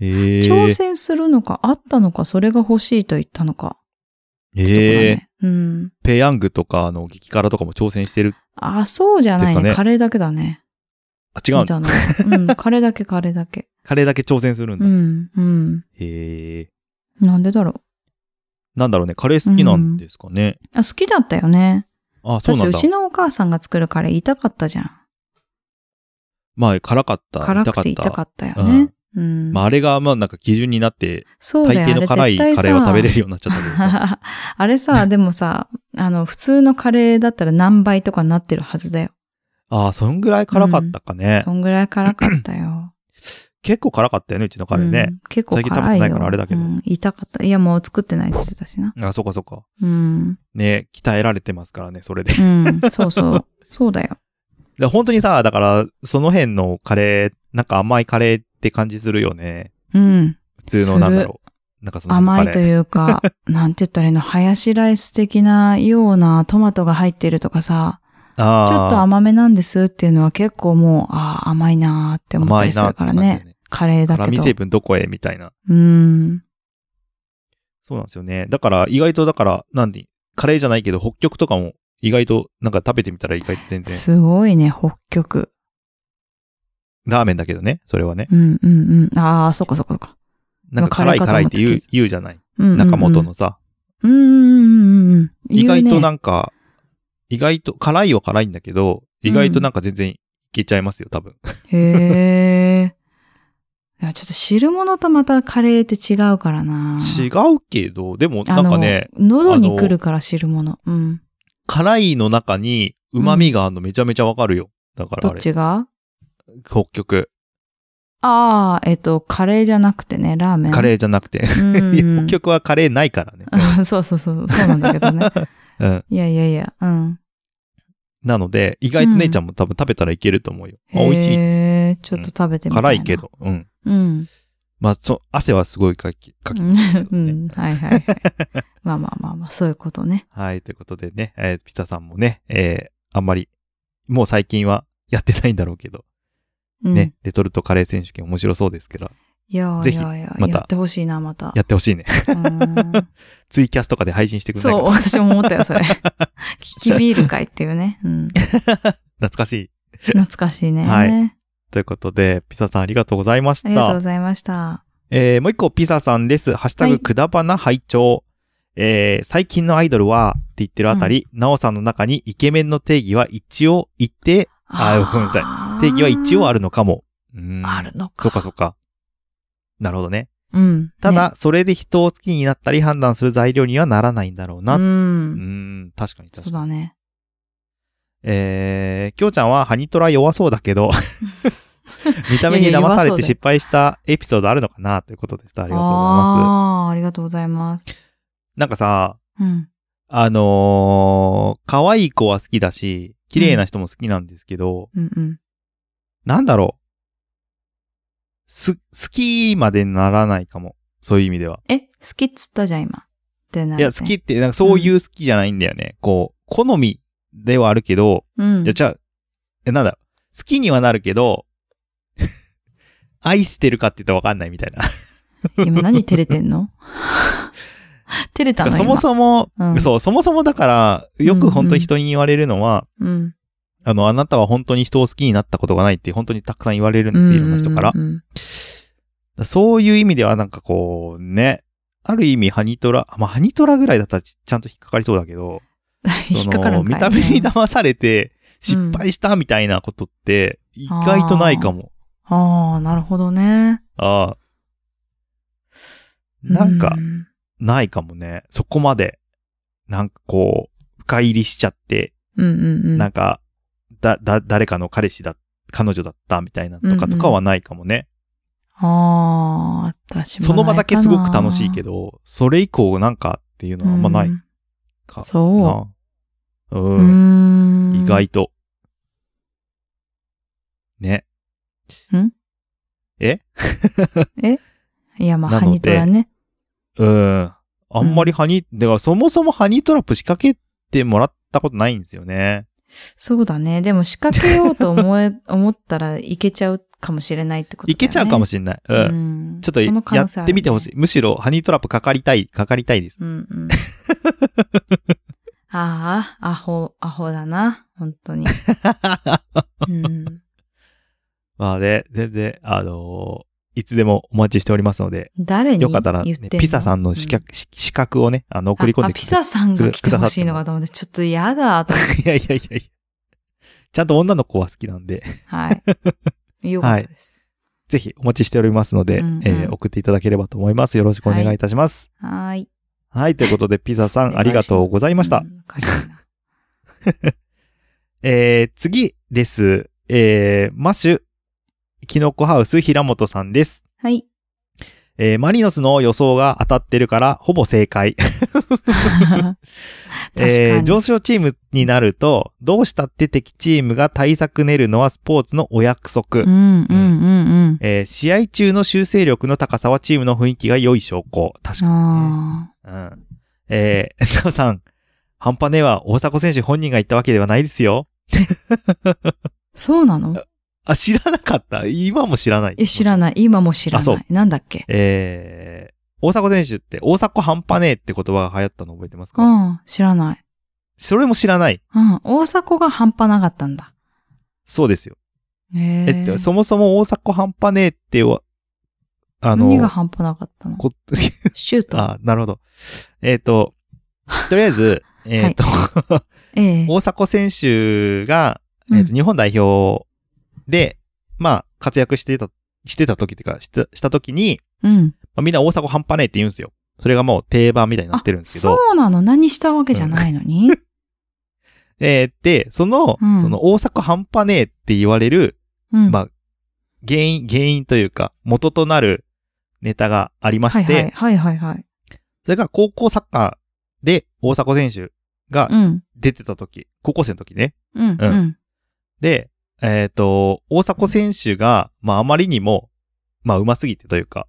Speaker 1: ええー。
Speaker 2: 挑戦するのか、あったのか、それが欲しいと言ったのか。
Speaker 1: ええー。
Speaker 2: ー。うん。
Speaker 1: ペヤングとか、あの、激辛とかも挑戦してる。
Speaker 2: あ、そうじゃない
Speaker 1: ですか
Speaker 2: ね。
Speaker 1: ね
Speaker 2: カレーだけだね。
Speaker 1: あ、違う
Speaker 2: み
Speaker 1: の
Speaker 2: たいなうん。 カレーだけ、カレーだけ。
Speaker 1: カレーだけ挑戦するんだ。
Speaker 2: うん。うん。
Speaker 1: へえ。
Speaker 2: なんでだろう。
Speaker 1: なんだろうね、カレー好きなんですかね。
Speaker 2: あ、好きだったよね。
Speaker 1: あ、そ
Speaker 2: だ
Speaker 1: う
Speaker 2: っ
Speaker 1: な
Speaker 2: て
Speaker 1: ん
Speaker 2: う
Speaker 1: だ。
Speaker 2: ちのお母さんが作るカレー痛かったじゃん。
Speaker 1: まあ、辛かった。
Speaker 2: 辛くて
Speaker 1: 痛
Speaker 2: 痛
Speaker 1: か
Speaker 2: か
Speaker 1: っ
Speaker 2: ったよね。うん。
Speaker 1: た。まあ、あれが、まあ、なんか基準になって、
Speaker 2: そう
Speaker 1: 大
Speaker 2: だよ
Speaker 1: 抵の辛い
Speaker 2: あれ絶対
Speaker 1: カ
Speaker 2: さ
Speaker 1: レーは食べれるようになっちゃったけどさ。
Speaker 2: あれさ、でもさ、あの、普通のカレーだったら何倍とかなってるはずだよ。
Speaker 1: ああ、そんぐらい辛かったかね。
Speaker 2: そんぐらい辛かったよ。
Speaker 1: 結構 辛かったよね、うちのカレー
Speaker 2: う
Speaker 1: ね。
Speaker 2: ん結構辛いよ。
Speaker 1: 最近食べてないからあれだけど
Speaker 2: うん痛かった。いや、もう作ってないって言ってたしな。
Speaker 1: あ、そうかそうか。
Speaker 2: うん。
Speaker 1: ね、鍛えられてますからね、それで。
Speaker 2: うん。そうそう。そうだよ。
Speaker 1: で本当にさ、だから、その辺のカレー、なんか甘いカレーって感じするよね。
Speaker 2: うん。
Speaker 1: 普通のなんだろう。なんかその
Speaker 2: 甘い
Speaker 1: カ
Speaker 2: と
Speaker 1: レー
Speaker 2: いう か、なんて言ったらいいの、ハヤシライス的なようなトマトが入ってるとかさ、ちょ
Speaker 1: あ
Speaker 2: っ
Speaker 1: ー
Speaker 2: と甘めなんですっていうのは結構もう、ああ、甘いなーって思ったりするから
Speaker 1: 甘いなって感じ
Speaker 2: ね。
Speaker 1: だよ
Speaker 2: カレーだ
Speaker 1: 辛
Speaker 2: け
Speaker 1: 味
Speaker 2: ど。
Speaker 1: 成分どこへみたいな。
Speaker 2: うん。
Speaker 1: そうなんですよね。だから、意外とだから、なんで、カレーじゃないけど、北極とかも意外となんか食べてみたら意外と全然、
Speaker 2: すごいね、北極。
Speaker 1: ラーメンだけどね、それはね。
Speaker 2: うんうんうん。ああ、そっかそっかそっか。
Speaker 1: なんか辛い
Speaker 2: まあ
Speaker 1: 辛いって言
Speaker 2: 辛い
Speaker 1: う
Speaker 2: かと思った、
Speaker 1: 言うじゃない。
Speaker 2: うんうんうん
Speaker 1: 中本の。さ、
Speaker 2: うんうんうんうん。
Speaker 1: 意外とな
Speaker 2: 言うね
Speaker 1: んか、意外と、辛いは辛いんだけど、意外となんか全然いけちゃいますよ、多分。
Speaker 2: へえ。 いや、ちょっと汁物とまたカレーって違うからな。
Speaker 1: 違うけど、でもなんかね、
Speaker 2: あの喉に来るから汁物。うん。
Speaker 1: 辛いの中に旨味があるのめちゃめちゃわかるよ。だか
Speaker 2: ど
Speaker 1: らあ
Speaker 2: っ
Speaker 1: れ、
Speaker 2: ちが
Speaker 1: 北極。
Speaker 2: ああ、えっと、カレーじゃなくてね、ラーメン。
Speaker 1: カレ
Speaker 2: ー。
Speaker 1: ーじゃなくて。
Speaker 2: うんうん
Speaker 1: いや
Speaker 2: う ん
Speaker 1: 北極はカレーないからね。
Speaker 2: そうそうそう、そうなんだけどね。
Speaker 1: うん。
Speaker 2: いやいやいや、うん。
Speaker 1: なので、意外と
Speaker 2: うん
Speaker 1: 姉ちゃんも多分食べたらいけると思うよ。あ
Speaker 2: へ
Speaker 1: 美味しい。
Speaker 2: え、ちょっと食べてみたいな。
Speaker 1: 辛いけ。ど。うん。
Speaker 2: うん。
Speaker 1: まあ、そ、汗はすごいかき、かき、
Speaker 2: うんうん。はいはいはい。まあまあまあまあ、そういうことね。
Speaker 1: はい、ということでね、えーピザさんもね、えーあんまり、もう最近はやってないんだろうけど、
Speaker 2: うん、
Speaker 1: ね、レトルトカレー選手権面白そうですけど、
Speaker 2: いや
Speaker 1: ぜ
Speaker 2: い
Speaker 1: ひ
Speaker 2: やいや、
Speaker 1: また
Speaker 2: やってほしいな、また。
Speaker 1: やってほしいね。
Speaker 2: うん
Speaker 1: ツイキャスとかで配信してくれない
Speaker 2: そう、
Speaker 1: か
Speaker 2: 私も思ったよ、それ。 キキビール会っていうね。うん、
Speaker 1: 懐かしい。
Speaker 2: 懐かしいね。
Speaker 1: はいということで、ピザさんありがとうございまし
Speaker 2: ありがとうご
Speaker 1: た。
Speaker 2: ざいました。
Speaker 1: えーもう一個ピザさんです。ハッシュタ
Speaker 2: は
Speaker 1: グ
Speaker 2: い
Speaker 1: くだばな拝聴。えー最近のアイドルは、って言ってるあたり、なおさんの中にイケメンの定義は一応一定、あーごめんなさい
Speaker 2: い
Speaker 1: 定義は一応あ
Speaker 2: る。
Speaker 1: るのかも。うーん
Speaker 2: あるのか。
Speaker 1: そうかそうか。なるほどね。
Speaker 2: うん。
Speaker 1: た
Speaker 2: ね、
Speaker 1: だ、それで人を好きになったり判断する材料にはならないんだろうな。
Speaker 2: う
Speaker 1: うー
Speaker 2: ん。
Speaker 1: ん、確かに
Speaker 2: そ
Speaker 1: 確
Speaker 2: う
Speaker 1: かに。
Speaker 2: だね。
Speaker 1: えー、きょうちゃんはハニトラ弱そうだけ ど、見た目に騙されて失敗したエピソードあるのかなということでした。あ
Speaker 2: あ
Speaker 1: りがとうございます。
Speaker 2: あー、ありがとうございます。
Speaker 1: なんかさ、
Speaker 2: うん。
Speaker 1: あのー、可愛い子は好きだし、綺麗な人も好きなんですけど、
Speaker 2: うんうん。
Speaker 1: なんだろう。す、好きまでならないかも。そういう意味では。
Speaker 2: え、好きっつったじゃん、今。ってな
Speaker 1: い
Speaker 2: るね
Speaker 1: や、好きっ。て、なんかそういう好きじゃないんだよね。こう、好みではあるけど、
Speaker 2: うん。
Speaker 1: じゃ、じゃあえ、なんだろう、好きにはなるけど、 愛してるかって言ったらわかんないみたいな。
Speaker 2: 今何照れてん の照れたの
Speaker 1: そもそも、
Speaker 2: 今うん
Speaker 1: そう、そもそもだから、よく本当に人に言われるのは、
Speaker 2: も。うん。
Speaker 1: あの、あなたは本当に人を好きになったことがないって本当にたくさん言われるん
Speaker 2: う
Speaker 1: で
Speaker 2: ん
Speaker 1: す、いろんな人から。
Speaker 2: うんうん
Speaker 1: そういう意味ではなんかこう、ね、ある意味ハニトラ、まあ、ハニトラぐらいだったらちちゃんと引っかかりそうだけど、
Speaker 2: 引っかかる
Speaker 1: その
Speaker 2: んかい
Speaker 1: 見た目に騙されて失敗したみたいなことって意外とないかも。
Speaker 2: ああ、なるほどね。
Speaker 1: ああ。なんか
Speaker 2: う、
Speaker 1: ないかもね。そこまで、なんかこう、深入りしちゃって、
Speaker 2: うんうんうん。
Speaker 1: なんか、だ、だ、誰かの彼氏だ、彼女だったみたいなと
Speaker 2: うんう
Speaker 1: か
Speaker 2: ん
Speaker 1: とかはないかもね。
Speaker 2: ああ、私も
Speaker 1: その場だけすごく楽しいけ
Speaker 2: ど、
Speaker 1: ど、それ以降なんかっていうのはあんまないか
Speaker 2: そ
Speaker 1: な。う。
Speaker 2: う。うんーん。
Speaker 1: 意。外と。ね。
Speaker 2: いや、まあ、
Speaker 1: な
Speaker 2: ハ
Speaker 1: ので
Speaker 2: ニトラね。
Speaker 1: うん。あんまりハニ、ではそもそもハニートラップ仕掛けてもらったことないんですよね。
Speaker 2: そうだね。でも仕掛けようと 思え、思ったらいけちゃうかもしれないってことだよね。
Speaker 1: いけちゃうかも
Speaker 2: し
Speaker 1: しれない。う
Speaker 2: れ
Speaker 1: ん。
Speaker 2: うん。
Speaker 1: ちょっと
Speaker 2: その可
Speaker 1: や
Speaker 2: 能性
Speaker 1: っ
Speaker 2: あ
Speaker 1: て
Speaker 2: るね
Speaker 1: みてほしい。。むしろ、ハニートラップかかりたい、かかりたい です。
Speaker 2: うんうん。ああ、アホ、アホだな。本当 に。うん。
Speaker 1: まあね、全然、あのーいつでもお待ちしておりますので、
Speaker 2: 誰に
Speaker 1: よかったら、
Speaker 2: 言
Speaker 1: ね
Speaker 2: って、
Speaker 1: ピサさんの資
Speaker 2: 格
Speaker 1: 格、し資格をね、あの、送り込んで
Speaker 2: あ、
Speaker 1: く
Speaker 2: ピ
Speaker 1: だ
Speaker 2: サさんが来てほしいの
Speaker 1: くださっ
Speaker 2: かと思って、ちょっと嫌だと思って。
Speaker 1: いやいやいやいや。ちゃんと女の子は好きなんで、
Speaker 2: はい。よかったです。
Speaker 1: ぜひお待ちしておりますので、
Speaker 2: うんうん
Speaker 1: えー送っていただければと思います。よろしくお願いいたします。
Speaker 2: はーい。
Speaker 1: はい、ということで、ピザさ ん
Speaker 2: お願いします
Speaker 1: ありがとうございました。
Speaker 2: うんおかしいな。
Speaker 1: えー、次です。えー、マッシュ、キノコハウス平本さんです。
Speaker 2: はい。
Speaker 1: えーマリノスの予想が当たってるから、ほぼ正 解。
Speaker 2: 確かに。
Speaker 1: えー上昇チームになると、どうしたって敵チームが対策練るのはスポーツのお約束。
Speaker 2: うんうんうん
Speaker 1: えー試合中の修正力の高さはチームの雰囲気が良い証拠。確
Speaker 2: うん。
Speaker 1: か
Speaker 2: あ
Speaker 1: に、ね。うん。えー、 なおさん、半端ねえは大迫選手本人が言ったわけではないですよ。
Speaker 2: ーそうなの
Speaker 1: あ、知らなかった。今も知らない。
Speaker 2: え、知らない。今も知ら
Speaker 1: あそ
Speaker 2: な
Speaker 1: う
Speaker 2: い。なんだっけ
Speaker 1: えー、大迫選手って、大迫半端ねえって言葉が流行ったの覚えてますか、
Speaker 2: うん、知らない。
Speaker 1: それも知らない。
Speaker 2: うん、大迫が半端なかったんだ。
Speaker 1: そうですよ。
Speaker 2: え
Speaker 1: えっと、そもそも大迫半端ねえっては、あの、
Speaker 2: 何が半端なかったの
Speaker 1: こ
Speaker 2: シュート。
Speaker 1: あ、なるほど。えっと、とりあえ ず、えっと、
Speaker 2: ええ。
Speaker 1: 大迫選手が、
Speaker 2: うん
Speaker 1: えっと、日本代表で、まあ、活躍してた、してた時っていうか、したした時に、
Speaker 2: うん。
Speaker 1: まあ、みんな大迫半端ねえって言うんですよ。それがもう定番みたいになってるんですけ
Speaker 2: そ
Speaker 1: ど。
Speaker 2: うなの何したわけじゃないのに
Speaker 1: えーで、その、
Speaker 2: うん
Speaker 1: その大迫半端ねえって言われる、
Speaker 2: うん。
Speaker 1: まあ、原因、原因というか、元となるネタがありま
Speaker 2: はい
Speaker 1: して、
Speaker 2: はいはいはいはい。
Speaker 1: それが高校サッカーで大迫選手が
Speaker 2: うん。
Speaker 1: 出てた時、高校生の時ね。
Speaker 2: うん。
Speaker 1: う
Speaker 2: うんん。
Speaker 1: で、えっ、と、大迫選手が、まああまりにも、まあ上手すぎてというか、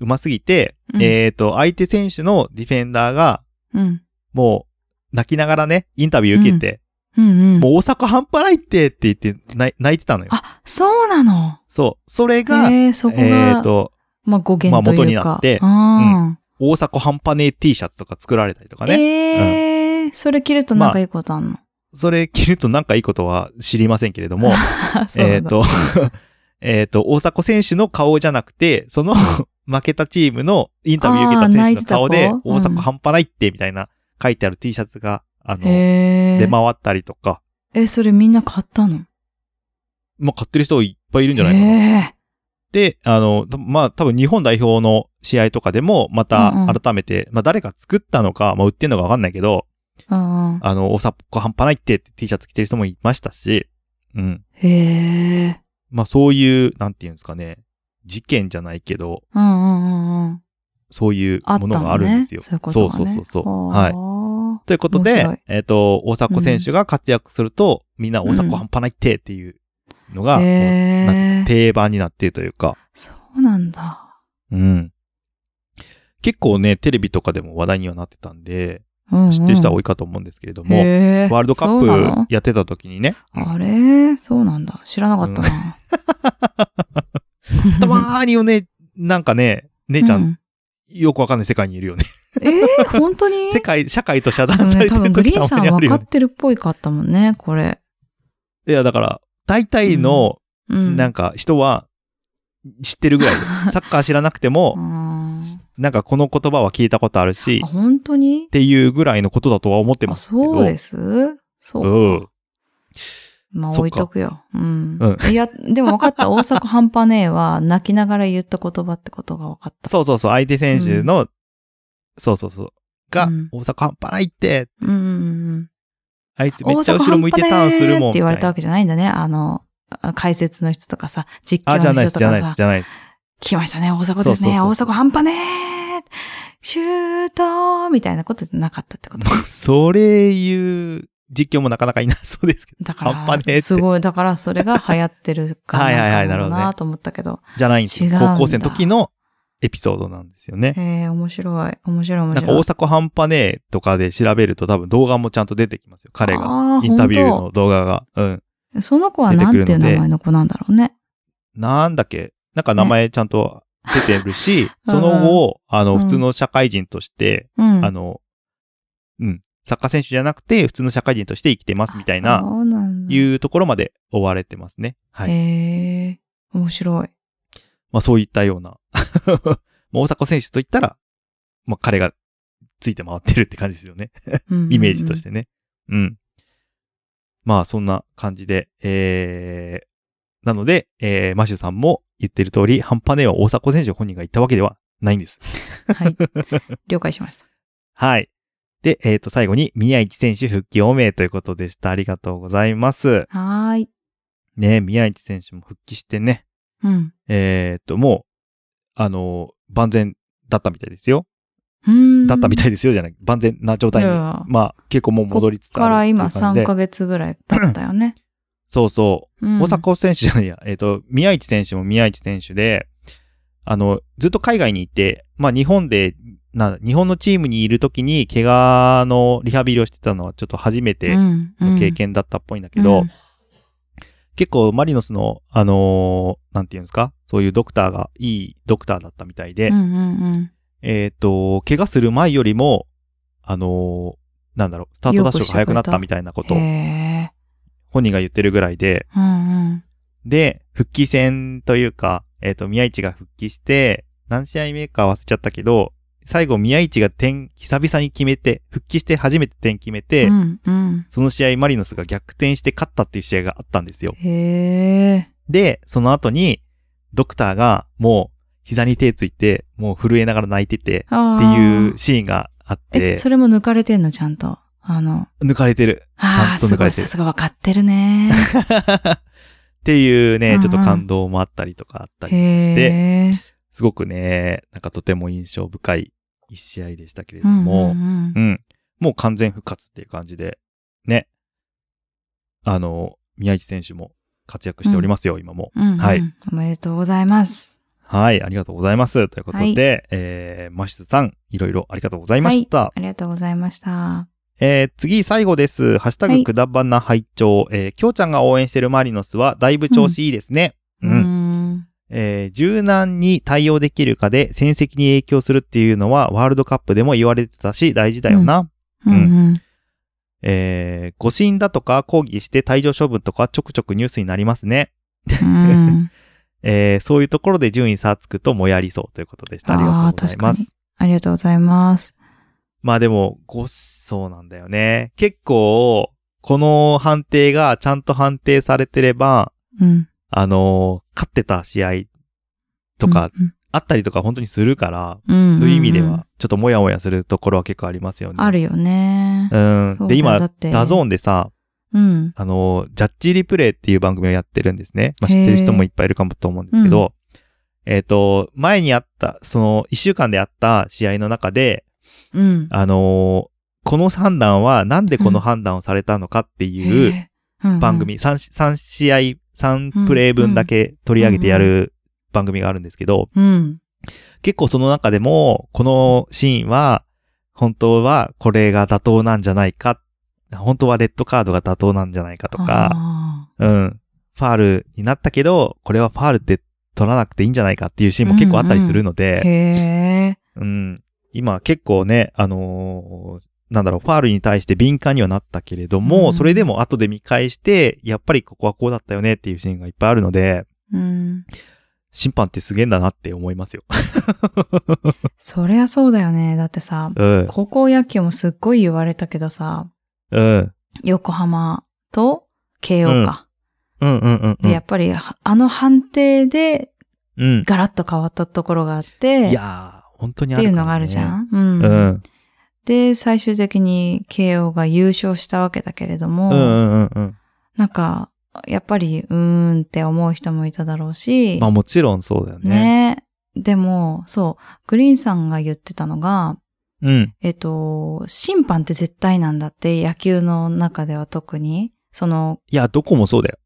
Speaker 1: うますぎて、
Speaker 2: うん
Speaker 1: えっ、と、相手選手のディフェンダーが、
Speaker 2: うん。
Speaker 1: もう、泣きながらね、インタビュー受けて、
Speaker 2: うんうん。
Speaker 1: もう大阪半端ないってって言って泣い泣いてたのよ。
Speaker 2: あ、そうなの
Speaker 1: そう。それが、
Speaker 2: えー、そこ
Speaker 1: えっ、
Speaker 2: が、
Speaker 1: と、
Speaker 2: まあ語源という
Speaker 1: まあ元
Speaker 2: か。
Speaker 1: になって
Speaker 2: あ
Speaker 1: 大阪半端ねえ T シャツとか作られたりとか
Speaker 2: ー
Speaker 1: ね。
Speaker 2: えー、それ着るとなんかいいことあんの、
Speaker 1: それ着るとなんかいいことは知りませんけれども、
Speaker 2: そうなんだ
Speaker 1: えっと、 えっと、大迫選手の顔じゃなくて、その 負けたチームのインタビュー受けた選手の顔で
Speaker 2: あー泣いてた、
Speaker 1: 大
Speaker 2: 子うん
Speaker 1: 阪半端ないって、みたいな書いてある T シャツが、あの、出
Speaker 2: へー
Speaker 1: 回ったりとか、
Speaker 2: え、それみんな買ったの
Speaker 1: まあ、買ってる人いっぱいいるんじゃないかな。
Speaker 2: へ
Speaker 1: で、あの、たまあ、多分日本代表の試合とかでも、ま
Speaker 2: うんう
Speaker 1: た
Speaker 2: ん
Speaker 1: 改めて、まあ、誰が作ったのか、まあ、売ってんのかわかんないけど、
Speaker 2: ーうんうん
Speaker 1: あの、大阪半端ないってって T シャツ着てる人もいましたし、うん。
Speaker 2: へー
Speaker 1: まあ、そういう、なんていうんですかね、事件じゃないけど、
Speaker 2: うんうんうんうん。
Speaker 1: そういう
Speaker 2: あった
Speaker 1: も
Speaker 2: の
Speaker 1: の
Speaker 2: ね。
Speaker 1: があるんですよ。
Speaker 2: そういうことが
Speaker 1: そう
Speaker 2: ね。
Speaker 1: そうそうそう。はい。
Speaker 2: は
Speaker 1: ということ
Speaker 2: 面
Speaker 1: で
Speaker 2: 白い、
Speaker 1: えっ、と、大迫選手が活躍すると、みんな大
Speaker 2: うん
Speaker 1: 迫半端ないってっていうのが、もうな
Speaker 2: へ
Speaker 1: んか
Speaker 2: ー
Speaker 1: 定番になっているというか、
Speaker 2: そうなんだ。
Speaker 1: うん。結構ね、テレビとかでも話題にはなってたんで、
Speaker 2: うんうん
Speaker 1: 知ってる人は多いかと思うんですけれども、
Speaker 2: へ
Speaker 1: ワールドカ
Speaker 2: そうな
Speaker 1: ッ
Speaker 2: の
Speaker 1: プやってた時にね、うん
Speaker 2: あれそうなんだ。知らなかったな。
Speaker 1: たまーにおね、なんかね、姉ちゃん、よくわかんない世界にいるよね。
Speaker 2: えー、本当 に
Speaker 1: 世界、社会と遮断
Speaker 2: でも
Speaker 1: さ
Speaker 2: ね
Speaker 1: れて
Speaker 2: 多
Speaker 1: る
Speaker 2: 分グ
Speaker 1: 時
Speaker 2: リー
Speaker 1: た
Speaker 2: ンさ
Speaker 1: ま
Speaker 2: ん
Speaker 1: にある
Speaker 2: 分
Speaker 1: よ
Speaker 2: か
Speaker 1: ね
Speaker 2: っ。てるっぽいかったもんね、これ。
Speaker 1: いや、だから、大体の、
Speaker 2: うん。
Speaker 1: なんか人は、知ってるぐらい で。サッカー知らなくて
Speaker 2: あ
Speaker 1: も、
Speaker 2: ー
Speaker 1: なんかこの言葉は聞いたことあるし、
Speaker 2: あ
Speaker 1: っ
Speaker 2: 本当に
Speaker 1: ていうぐらいのことだとは思って
Speaker 2: あ
Speaker 1: ますけど。
Speaker 2: そうですそうか。
Speaker 1: うん。
Speaker 2: まあ
Speaker 1: そっか
Speaker 2: 置いとくよ。うん。
Speaker 1: う
Speaker 2: い や、でも分かった。大阪半端ねえは泣きながら言った言葉ってことが分かった。
Speaker 1: そうそうそう、相手選手の、そうそうそう、が
Speaker 2: うん、
Speaker 1: 大阪半端ないって、
Speaker 2: うんうんうん。
Speaker 1: あいつめっちゃ後ろ向いてターンするもん。
Speaker 2: 大阪半端ねーって言われたわ
Speaker 1: け
Speaker 2: けじゃないんだね。あの、あ解説の人とかさ、実況
Speaker 1: あ、じゃ
Speaker 2: の
Speaker 1: ないです、
Speaker 2: 人と
Speaker 1: じゃない
Speaker 2: か
Speaker 1: です、
Speaker 2: さ、
Speaker 1: じゃないです。
Speaker 2: 来ましたね、大阪ですね、
Speaker 1: そうそうそ
Speaker 2: 大阪半端ねーシュートーみたいなことじゃなかったってこと。
Speaker 1: それ言う実況もなかなかいなそうですけど、
Speaker 2: だ
Speaker 1: 半端ね
Speaker 2: か
Speaker 1: ーって
Speaker 2: ら、すごい、だからそれが流行ってるから、
Speaker 1: はいはいはい
Speaker 2: んか
Speaker 1: な
Speaker 2: んだ
Speaker 1: るほど
Speaker 2: な
Speaker 1: ね
Speaker 2: と思ったけど。
Speaker 1: じゃないんです
Speaker 2: 違
Speaker 1: よ
Speaker 2: うん。だ
Speaker 1: 高校生の時のエピソードなんですよね。
Speaker 2: えー、面白い、面白い、面白い。
Speaker 1: なんか大阪半端ねえとかで調べると多分動画もちゃんと出てきますよ。彼
Speaker 2: あ
Speaker 1: が。
Speaker 2: ー
Speaker 1: インタビューの動画が。うん。
Speaker 2: その子はなんていう名前の子なんだろうね。
Speaker 1: なんだっけなんか名前ちゃんと出てるし、
Speaker 2: うん
Speaker 1: その後、あ
Speaker 2: う
Speaker 1: の、
Speaker 2: ん
Speaker 1: 普通の社会人として、
Speaker 2: うん。
Speaker 1: あの、うん、サッカー選手じゃなくて普通の社会人として生きてますみたいな、
Speaker 2: そうなんだ。。
Speaker 1: いううところまで追われてますね。はい。
Speaker 2: えー、面白い。
Speaker 1: まあそういったような。 もう大迫選手といったら、まあ彼がついて回ってるって感じですよね。
Speaker 2: うんうんうん
Speaker 1: イメージとし。てね。うん。まあ、そんな感じで、えー、なので、えー、マシュさんも言ってる通り、半端ねえは大迫選手本人が言ったわけではないんです。
Speaker 2: はい。了解しました。
Speaker 1: はい。で、えっ、と、最後に、宮市選手復帰おめということでした。ありがとうございます。
Speaker 2: はーい。
Speaker 1: ね、宮市選手も復帰してね、
Speaker 2: うん。
Speaker 1: えっ、と、もう、あのー万全だったみたいですよ。
Speaker 2: うーん。
Speaker 1: だったみたいですよ、じゃない。万全な状態
Speaker 2: いやい
Speaker 1: に。
Speaker 2: や
Speaker 1: まあ、結構もう戻りつつ
Speaker 2: こっか
Speaker 1: あ
Speaker 2: ら
Speaker 1: るっていう
Speaker 2: 今
Speaker 1: 感じで。
Speaker 2: 3ヶ月ぐらい経ったよね。
Speaker 1: そうそう。
Speaker 2: うん、
Speaker 1: 大阪選手じゃないや、えっ、と、宮市選手も宮市選手で、あの、ずっと海外にいて、まあ日本で、な、日本のチームにいる時に怪我のリハビリをしてたのはちょっと初めて
Speaker 2: うん
Speaker 1: の経験だったっぽいんだけど、
Speaker 2: うん
Speaker 1: 結構マリノスの、あのーなんていうんですか、そういうドクターがいいドクターだったみたいで、
Speaker 2: うんうん
Speaker 1: えっ、と、怪我する前よりも、あのーなんだろう、スタートダッシュが早くなったみたいなこ
Speaker 2: う
Speaker 1: と
Speaker 2: ん。
Speaker 1: を
Speaker 2: へ
Speaker 1: 本人が言ってるぐらいで、
Speaker 2: ーうんうん。
Speaker 1: で、復帰戦というか、えっ、と、宮市が復帰して、何試合目か忘れちゃったけど、最後宮市が点、久々に決めて、復帰して初めて点決めて、
Speaker 2: うんうん。
Speaker 1: その試合マリノスが逆転して勝ったっていう試合があったんですよ。
Speaker 2: へえ。
Speaker 1: で、その後に、ドクターがもう膝に手ついて、もう震えながら泣いてて、
Speaker 2: あ
Speaker 1: って
Speaker 2: ー
Speaker 1: いう。シーンがあっ
Speaker 2: え、
Speaker 1: て、
Speaker 2: それも抜かれてんのちゃんと。あの、
Speaker 1: 抜かれてる。 ち
Speaker 2: あ
Speaker 1: ゃん
Speaker 2: あ、
Speaker 1: と
Speaker 2: す
Speaker 1: 抜か
Speaker 2: ご
Speaker 1: れ
Speaker 2: い、
Speaker 1: てる
Speaker 2: さ。すが分かってる ね。
Speaker 1: っていう
Speaker 2: うん
Speaker 1: ね
Speaker 2: う、ん
Speaker 1: ちょっと感動もあったりとかあったりとかして、
Speaker 2: へえ。
Speaker 1: すごくね、なんかとても印象深い一試合でしたけれ
Speaker 2: う
Speaker 1: ど
Speaker 2: んうん
Speaker 1: も、
Speaker 2: うん
Speaker 1: うんもう完全復活っていう感じで、ね。あの、宮市選手も活躍しておりますよ、今も。
Speaker 2: うんうん。
Speaker 1: はい
Speaker 2: おめでとうございます。
Speaker 1: はい、ありがとうございます。ということで、えー、マシュさん、いろいろありがとうございました。
Speaker 2: ありがとうございました。
Speaker 1: えー、次、最後です。ハッシュタ
Speaker 2: は
Speaker 1: グ
Speaker 2: い
Speaker 1: くだばな拝聴。えー、きょうちゃんが応援してるマリノスは、だいぶ調子いいですね。
Speaker 2: うーん。
Speaker 1: えー柔軟に対応できるかで戦績に影響するっていうのはワールドカップでも言われてたし大事だよな。
Speaker 2: うんうん。
Speaker 1: えー誤審だとか抗議して退場処分とかちょくちょくニュースになりますね。
Speaker 2: うん。
Speaker 1: えーそういうところで順位差つくともやりそうということでした。ありがとうございま
Speaker 2: あー確かに
Speaker 1: す。
Speaker 2: ありがとうございます。
Speaker 1: まあでも、ご、そうなんだよね。結構、この判定がちゃんと判定されてれば、
Speaker 2: うん。
Speaker 1: あのー勝ってた試合とか、
Speaker 2: うん、
Speaker 1: あったりとか本当にするから、
Speaker 2: うんん
Speaker 1: そういう意味では、ちょっともやもやするところは結構ありますよね。
Speaker 2: あ。るよね。
Speaker 1: う
Speaker 2: そ
Speaker 1: ん。
Speaker 2: う
Speaker 1: で、
Speaker 2: だ
Speaker 1: 今、
Speaker 2: だ
Speaker 1: ダ
Speaker 2: って
Speaker 1: ゾーンでさ、
Speaker 2: うん。
Speaker 1: あの、ジャッジリプレイっていう番組をやってるんですね。まあ、
Speaker 2: へー
Speaker 1: 知ってる人もいっぱいいるかもと思うんですけど、えっ、と、前にあった、その、一週間であった試合の中で、
Speaker 2: うん。
Speaker 1: あのーこの判断はなんでこの判断をされたのかっていう
Speaker 2: へー、うん
Speaker 1: 番。組、三3試合、3プレイ分だけ取り上げてやる番組があるんですけど、
Speaker 2: うん。
Speaker 1: 結構その中でも、このシーンは、本当はこれが妥当なんじゃないか、本当はレッドカードが妥当なんじゃないかとか、
Speaker 2: あ
Speaker 1: うん、ファールになったけど、これはファールって取らなくていいんじゃないかっていうシーンも結構あったりするの
Speaker 2: ー。
Speaker 1: で、
Speaker 2: へえ。
Speaker 1: うん今結構ね、あのーなんだろう、ファールに対して敏感にはなったけれども、
Speaker 2: うん
Speaker 1: それでも後で見返して、やっぱりここはこうだったよねっていうシーンがいっぱいあるので、
Speaker 2: うん。
Speaker 1: 審判ってすげえんだなって思います よ。
Speaker 2: そりゃそうだよね。だってさ、
Speaker 1: うん。
Speaker 2: 高校野球もすっごい言われたけどさ、
Speaker 1: うん。
Speaker 2: 横浜と慶応か。
Speaker 1: うんうんうん、うん。
Speaker 2: で、やっぱり、あの判定で
Speaker 1: うん。
Speaker 2: ガラッと変わったところがあって、
Speaker 1: いやー、本当に
Speaker 2: っ
Speaker 1: あ
Speaker 2: て
Speaker 1: る
Speaker 2: い
Speaker 1: からね、
Speaker 2: うのがあるじゃん。う。
Speaker 1: うんん。
Speaker 2: で、最終的に慶応が優勝したわけだけれども、
Speaker 1: うんうんうんうん。
Speaker 2: なんか、やっぱり、うーんって思う人もいただろうし、
Speaker 1: まあもちろんそうだよね。
Speaker 2: ねでも、そう、グリーンさんが言ってたのが、
Speaker 1: うん。
Speaker 2: えっと、審判って絶対なんだって、野球の中では特に、その、
Speaker 1: いや、どこもそうだよ。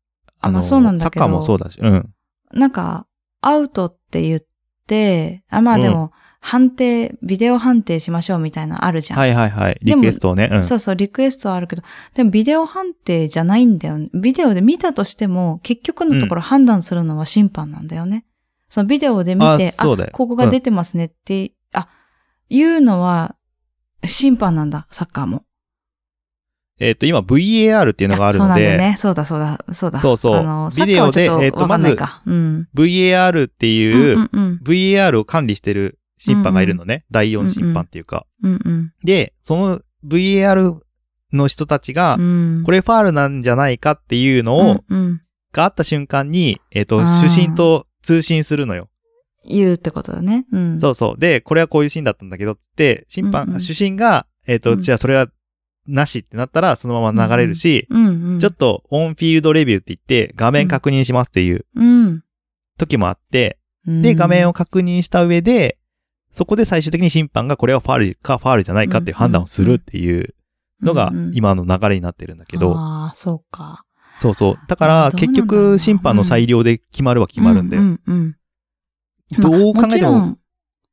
Speaker 2: あ
Speaker 1: の
Speaker 2: まあそうなんだけど
Speaker 1: サッカーもそうだし。うん。
Speaker 2: なんか、アウトって言って、あ、まあでも、判定、ビデオ判定しましょうみたいなのあるじゃん。
Speaker 1: はいはいはい。
Speaker 2: で
Speaker 1: リ
Speaker 2: も
Speaker 1: クエストをね。うん。
Speaker 2: そうそう、リクエストはあるけど、でもビデオ判定じゃないんだよね。ビデオで見たとしても、結局のところ判断するのは審判なんだよね。そのビデオで見て、
Speaker 1: あ
Speaker 2: あ
Speaker 1: そうだよ
Speaker 2: ここが出てますねって、あ、いうのは審判なんだ、サッカーも。
Speaker 1: えっ、と、今 VAR っていうのがあるの
Speaker 2: そうなんだよ
Speaker 1: で、
Speaker 2: ね。そうだ、そうだ、そうだ。
Speaker 1: そうそう
Speaker 2: あの、
Speaker 1: ビデオで
Speaker 2: サッカーはちょっとわかんないか。うん。
Speaker 1: VAR って
Speaker 2: う
Speaker 1: いう、
Speaker 2: んうん。
Speaker 1: VAR を管理してる審判がいるのね。第4審判っていうか。
Speaker 2: うんうん。
Speaker 1: で、その VAR の人たちが、
Speaker 2: うん。
Speaker 1: これファールなんじゃないかっていうのを、
Speaker 2: うんうん。
Speaker 1: があった瞬間に、えっ、と、
Speaker 2: あー
Speaker 1: 主審と通信するのよ。
Speaker 2: 言うってことだね。うん。
Speaker 1: そうそう。で、これはこういうシーンだったんだけどって、審判、
Speaker 2: うんうん
Speaker 1: 主審が、えっ、と、
Speaker 2: うん
Speaker 1: じゃあそれはなしってなったら、そのまま流れるし、
Speaker 2: うんうん。
Speaker 1: ちょっとオンフィールドレビューって言って、画面確認しますっていう
Speaker 2: うん。
Speaker 1: 時もあって、
Speaker 2: うん。
Speaker 1: で、画面を確認した上で、そこで最終的に審判がこれはファールかファールじゃないかっていう判断をするっていうのが
Speaker 2: うんうん
Speaker 1: 今の流れになってるんだけど、
Speaker 2: ああ、そうか。
Speaker 1: そうそう。だか
Speaker 2: あ
Speaker 1: ら
Speaker 2: ーどうなんだろう
Speaker 1: 結局審判の裁量で決まるは決まるんだよ。
Speaker 2: うんうんうん
Speaker 1: どう考えても、
Speaker 2: うん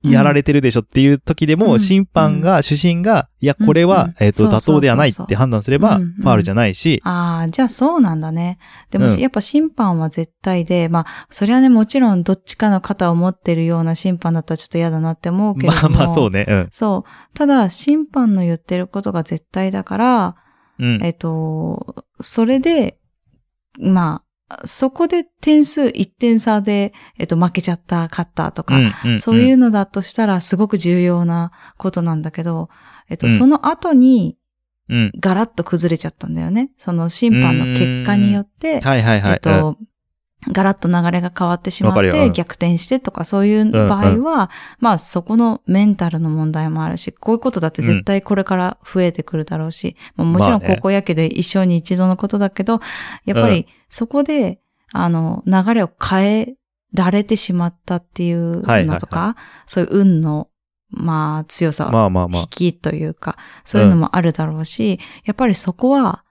Speaker 1: やられてるでしょっていう時で
Speaker 2: う
Speaker 1: も、
Speaker 2: ん
Speaker 1: 審判が、主審が、いや、これ
Speaker 2: うんう
Speaker 1: は
Speaker 2: ん、
Speaker 1: えっと、
Speaker 2: そうそう
Speaker 1: 妥
Speaker 2: そう
Speaker 1: 当ではないって判断すれば、
Speaker 2: うんう
Speaker 1: フ
Speaker 2: ん
Speaker 1: ァールじゃないし、
Speaker 2: ああ、じゃあそうなんだね。で
Speaker 1: う
Speaker 2: も、
Speaker 1: ん
Speaker 2: やっぱ審判は絶対で、まあ、それはね、もちろんどっちかの肩を持ってるような審判だったらちょっと嫌だなって思うけれ
Speaker 1: ま
Speaker 2: ど
Speaker 1: あ
Speaker 2: も。
Speaker 1: まあそうね。うん
Speaker 2: そう。ただ、審判の言ってることが絶対だから、
Speaker 1: うん。
Speaker 2: えっと、それで、まあ、そこで点数1点差で、えっと、負けちゃった、勝ったとか、
Speaker 1: うんん
Speaker 2: そういうのだとしたらすごく重要なことなんだけど、えっと、
Speaker 1: うん
Speaker 2: その後に
Speaker 1: うん。
Speaker 2: ガラッと崩れちゃったんだよね。その審判の結果によって、
Speaker 1: はいはいはい。
Speaker 2: えっと、ガラッと流れが変わってしまっ
Speaker 1: わかるよう
Speaker 2: て
Speaker 1: ん
Speaker 2: 逆転してとかそういう場合は、
Speaker 1: うん
Speaker 2: まあそこのメンタルの問題もあるし、こういうことだって絶対これから増えてくるだろうし、まあもちろん
Speaker 1: まあね
Speaker 2: 高校野球で一生に一度のことだけど、やっぱ
Speaker 1: う
Speaker 2: りそこで、あの、流れを変えられてしまったってい
Speaker 1: はい
Speaker 2: う
Speaker 1: はいは
Speaker 2: の
Speaker 1: い
Speaker 2: とか、そういう運の、まあ強さ
Speaker 1: うんまあまあまあ
Speaker 2: 引。きというか、そういうのもあるだろうし、やっぱりそこは、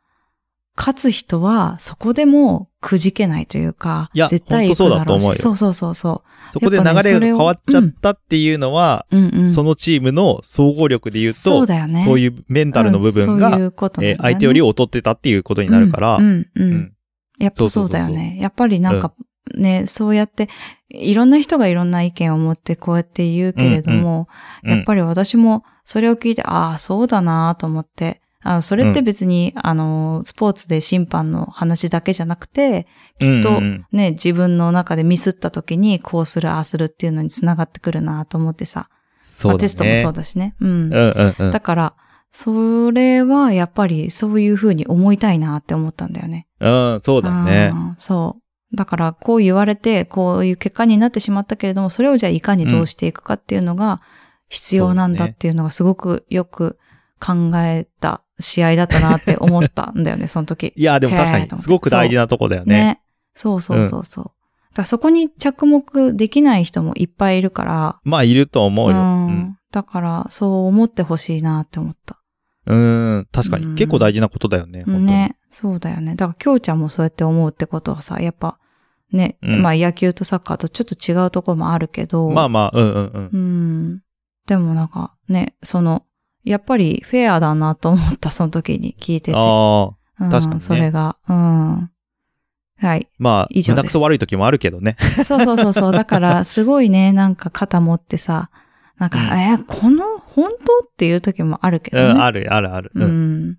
Speaker 2: 勝つ人は、そこでもうくじけないというか、
Speaker 1: いや
Speaker 2: 絶対行く
Speaker 1: ほんとそ
Speaker 2: だ
Speaker 1: うだと
Speaker 2: ろう
Speaker 1: 思うよ
Speaker 2: し。そうそうそうそ
Speaker 1: そこで流れ
Speaker 2: やっ
Speaker 1: が
Speaker 2: ぱねそれ
Speaker 1: 変
Speaker 2: を
Speaker 1: わっちゃったっていうのは、
Speaker 2: う。うんうん。
Speaker 1: そのチームの総合力で言うと、
Speaker 2: そうだよね
Speaker 1: そういうメンタルの部分が、
Speaker 2: うんそういうことなんだ
Speaker 1: え
Speaker 2: よ
Speaker 1: ー
Speaker 2: ね
Speaker 1: 相手より劣ってたっていうことになるから、
Speaker 2: うん、うん、うん
Speaker 1: うん
Speaker 2: やっ
Speaker 1: そ
Speaker 2: ぱ
Speaker 1: うそ
Speaker 2: そう
Speaker 1: そう
Speaker 2: うだよ
Speaker 1: そ
Speaker 2: ね。やっぱりなんかね、そうやって、いろんな人がいろんな意見を持ってこうやって言うけれども、
Speaker 1: うん
Speaker 2: やっぱり私もそれを聞いて、ああ、そうだなと思って、あそれって別に、あの、スポーツで審判の話だけじゃなくて、きっ
Speaker 1: うん
Speaker 2: と
Speaker 1: うんうん
Speaker 2: ね、自分の中でミスった時にこうする、ああするっていうのにつながってくるなと思ってさ、
Speaker 1: そうだね
Speaker 2: まあテストもそうだしね。うん。
Speaker 1: うんうんうん
Speaker 2: だから、それはやっぱりそういうふうに思いたいなって思ったんだよね。
Speaker 1: うん、そうだね。
Speaker 2: あーそう。だから、こう言われて、こういう結果になってしまったけれども、それをじゃあいかにどうしていくかっていうのが必要なんだっていうのがすごくよく考えた試合だったなって思ったん だよね、その時。
Speaker 1: いや、でも確か
Speaker 2: へーと思
Speaker 1: に、
Speaker 2: って
Speaker 1: すごく大事なとこだよね。
Speaker 2: ね。そうそうそうそう。だからそこに着目できない人もいっぱいいるから、
Speaker 1: まあ、いると思うよ。
Speaker 2: ん
Speaker 1: うん
Speaker 2: だから、そう思ってほしいなって思った。
Speaker 1: うん、確かに、
Speaker 2: うん
Speaker 1: 結構大事なことだよね。本当に。
Speaker 2: ね。そうだよね。だから、きょうちゃんもそうやって思うってことはさ、やっぱ、ね、
Speaker 1: うん
Speaker 2: まあ野球とサッカーとちょっと違うところもあるけど、
Speaker 1: まあまあ、うんうんうん。
Speaker 2: うん。でもなんかね、その、やっぱりフェアだなと思った、その時に聞いてて。
Speaker 1: ああ、
Speaker 2: うん
Speaker 1: 確かにね
Speaker 2: それが、うん。はい。
Speaker 1: まあ、
Speaker 2: 以上です
Speaker 1: 胸くそ悪い時もあるけどね。
Speaker 2: そうそうそうそう。だ から、すごいね、なんか肩持ってさ、なんか、
Speaker 1: うん
Speaker 2: えーこの、本当っていう時もあるけ
Speaker 1: う
Speaker 2: どね。
Speaker 1: ん、あるあるある。う。
Speaker 2: うんん。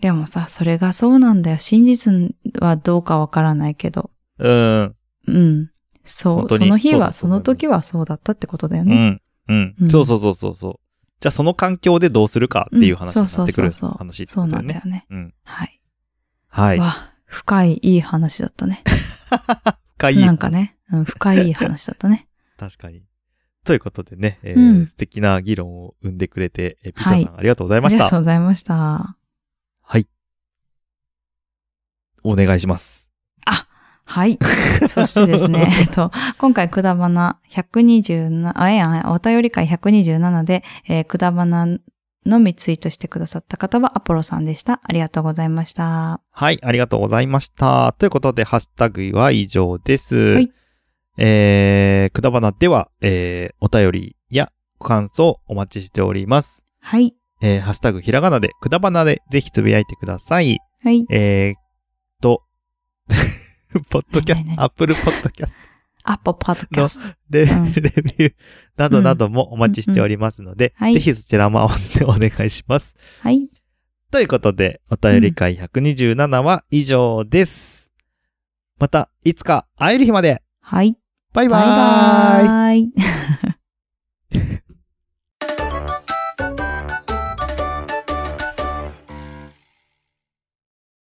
Speaker 2: でもさ、それがそうなんだよ。真実はどうかわからないけど。
Speaker 1: うん。
Speaker 2: うん。そ
Speaker 1: 本
Speaker 2: う。
Speaker 1: 当に
Speaker 2: その日
Speaker 1: そうだ
Speaker 2: は、
Speaker 1: と
Speaker 2: そ
Speaker 1: 思います
Speaker 2: の時はそうだったってことだよ
Speaker 1: う
Speaker 2: ね。
Speaker 1: ん。うん
Speaker 2: うん
Speaker 1: そうそうそうそうそう。じゃあ、その環境でどうするかっていう話
Speaker 2: う
Speaker 1: に
Speaker 2: んそ
Speaker 1: なっ
Speaker 2: う
Speaker 1: てくる
Speaker 2: そうそうそう
Speaker 1: 話って
Speaker 2: そ
Speaker 1: こ
Speaker 2: う
Speaker 1: とだ
Speaker 2: な
Speaker 1: よ
Speaker 2: んだ
Speaker 1: ね
Speaker 2: よ。ね。
Speaker 1: うん。
Speaker 2: はい。
Speaker 1: はい。
Speaker 2: わ、深いいい話だったね。
Speaker 1: 深い
Speaker 2: なんかね、うん、深いいい話だったね。
Speaker 1: 確かに。ということでね、えー
Speaker 2: うん
Speaker 1: 素敵な議論を生んでくれて、えーピザさ
Speaker 2: はい
Speaker 1: んありがとうござい
Speaker 2: あ
Speaker 1: ま
Speaker 2: り
Speaker 1: し
Speaker 2: がとう
Speaker 1: た。
Speaker 2: ございました。
Speaker 1: お願いします。
Speaker 2: はい。そしてです ね、えっと、今回、くだばな127、あ、ええやん、ええお便り会127で、えーくだばなのみツイートしてくださった方はアポロさんでした。ありがとうございました。
Speaker 1: はい、ありがとうございました。ということで、ハッシュタグは以上です。
Speaker 2: はい
Speaker 1: えー、くだばなでは、えー、お便りやご感想お待ちしております。
Speaker 2: はい。
Speaker 1: えー、ハッシュタグひらがなで、くだばなでぜひつぶやいてください。
Speaker 2: はい。
Speaker 1: えー、と、 ポッドキャスト、
Speaker 2: 何何何
Speaker 1: アップルポッド キャスト
Speaker 2: アポパッドキャスト。
Speaker 1: レ,、
Speaker 2: うん
Speaker 1: レビューなどなどもお待ちしておりますので、
Speaker 2: うんうんうんは
Speaker 1: ぜ
Speaker 2: い
Speaker 1: ひそちらも合わせてお願いします。
Speaker 2: はい。
Speaker 1: ということで、お便り会127は以上です。また、いつか会える日まで
Speaker 2: はい。
Speaker 1: バイバ
Speaker 2: バ
Speaker 1: ーイ
Speaker 2: イバイ。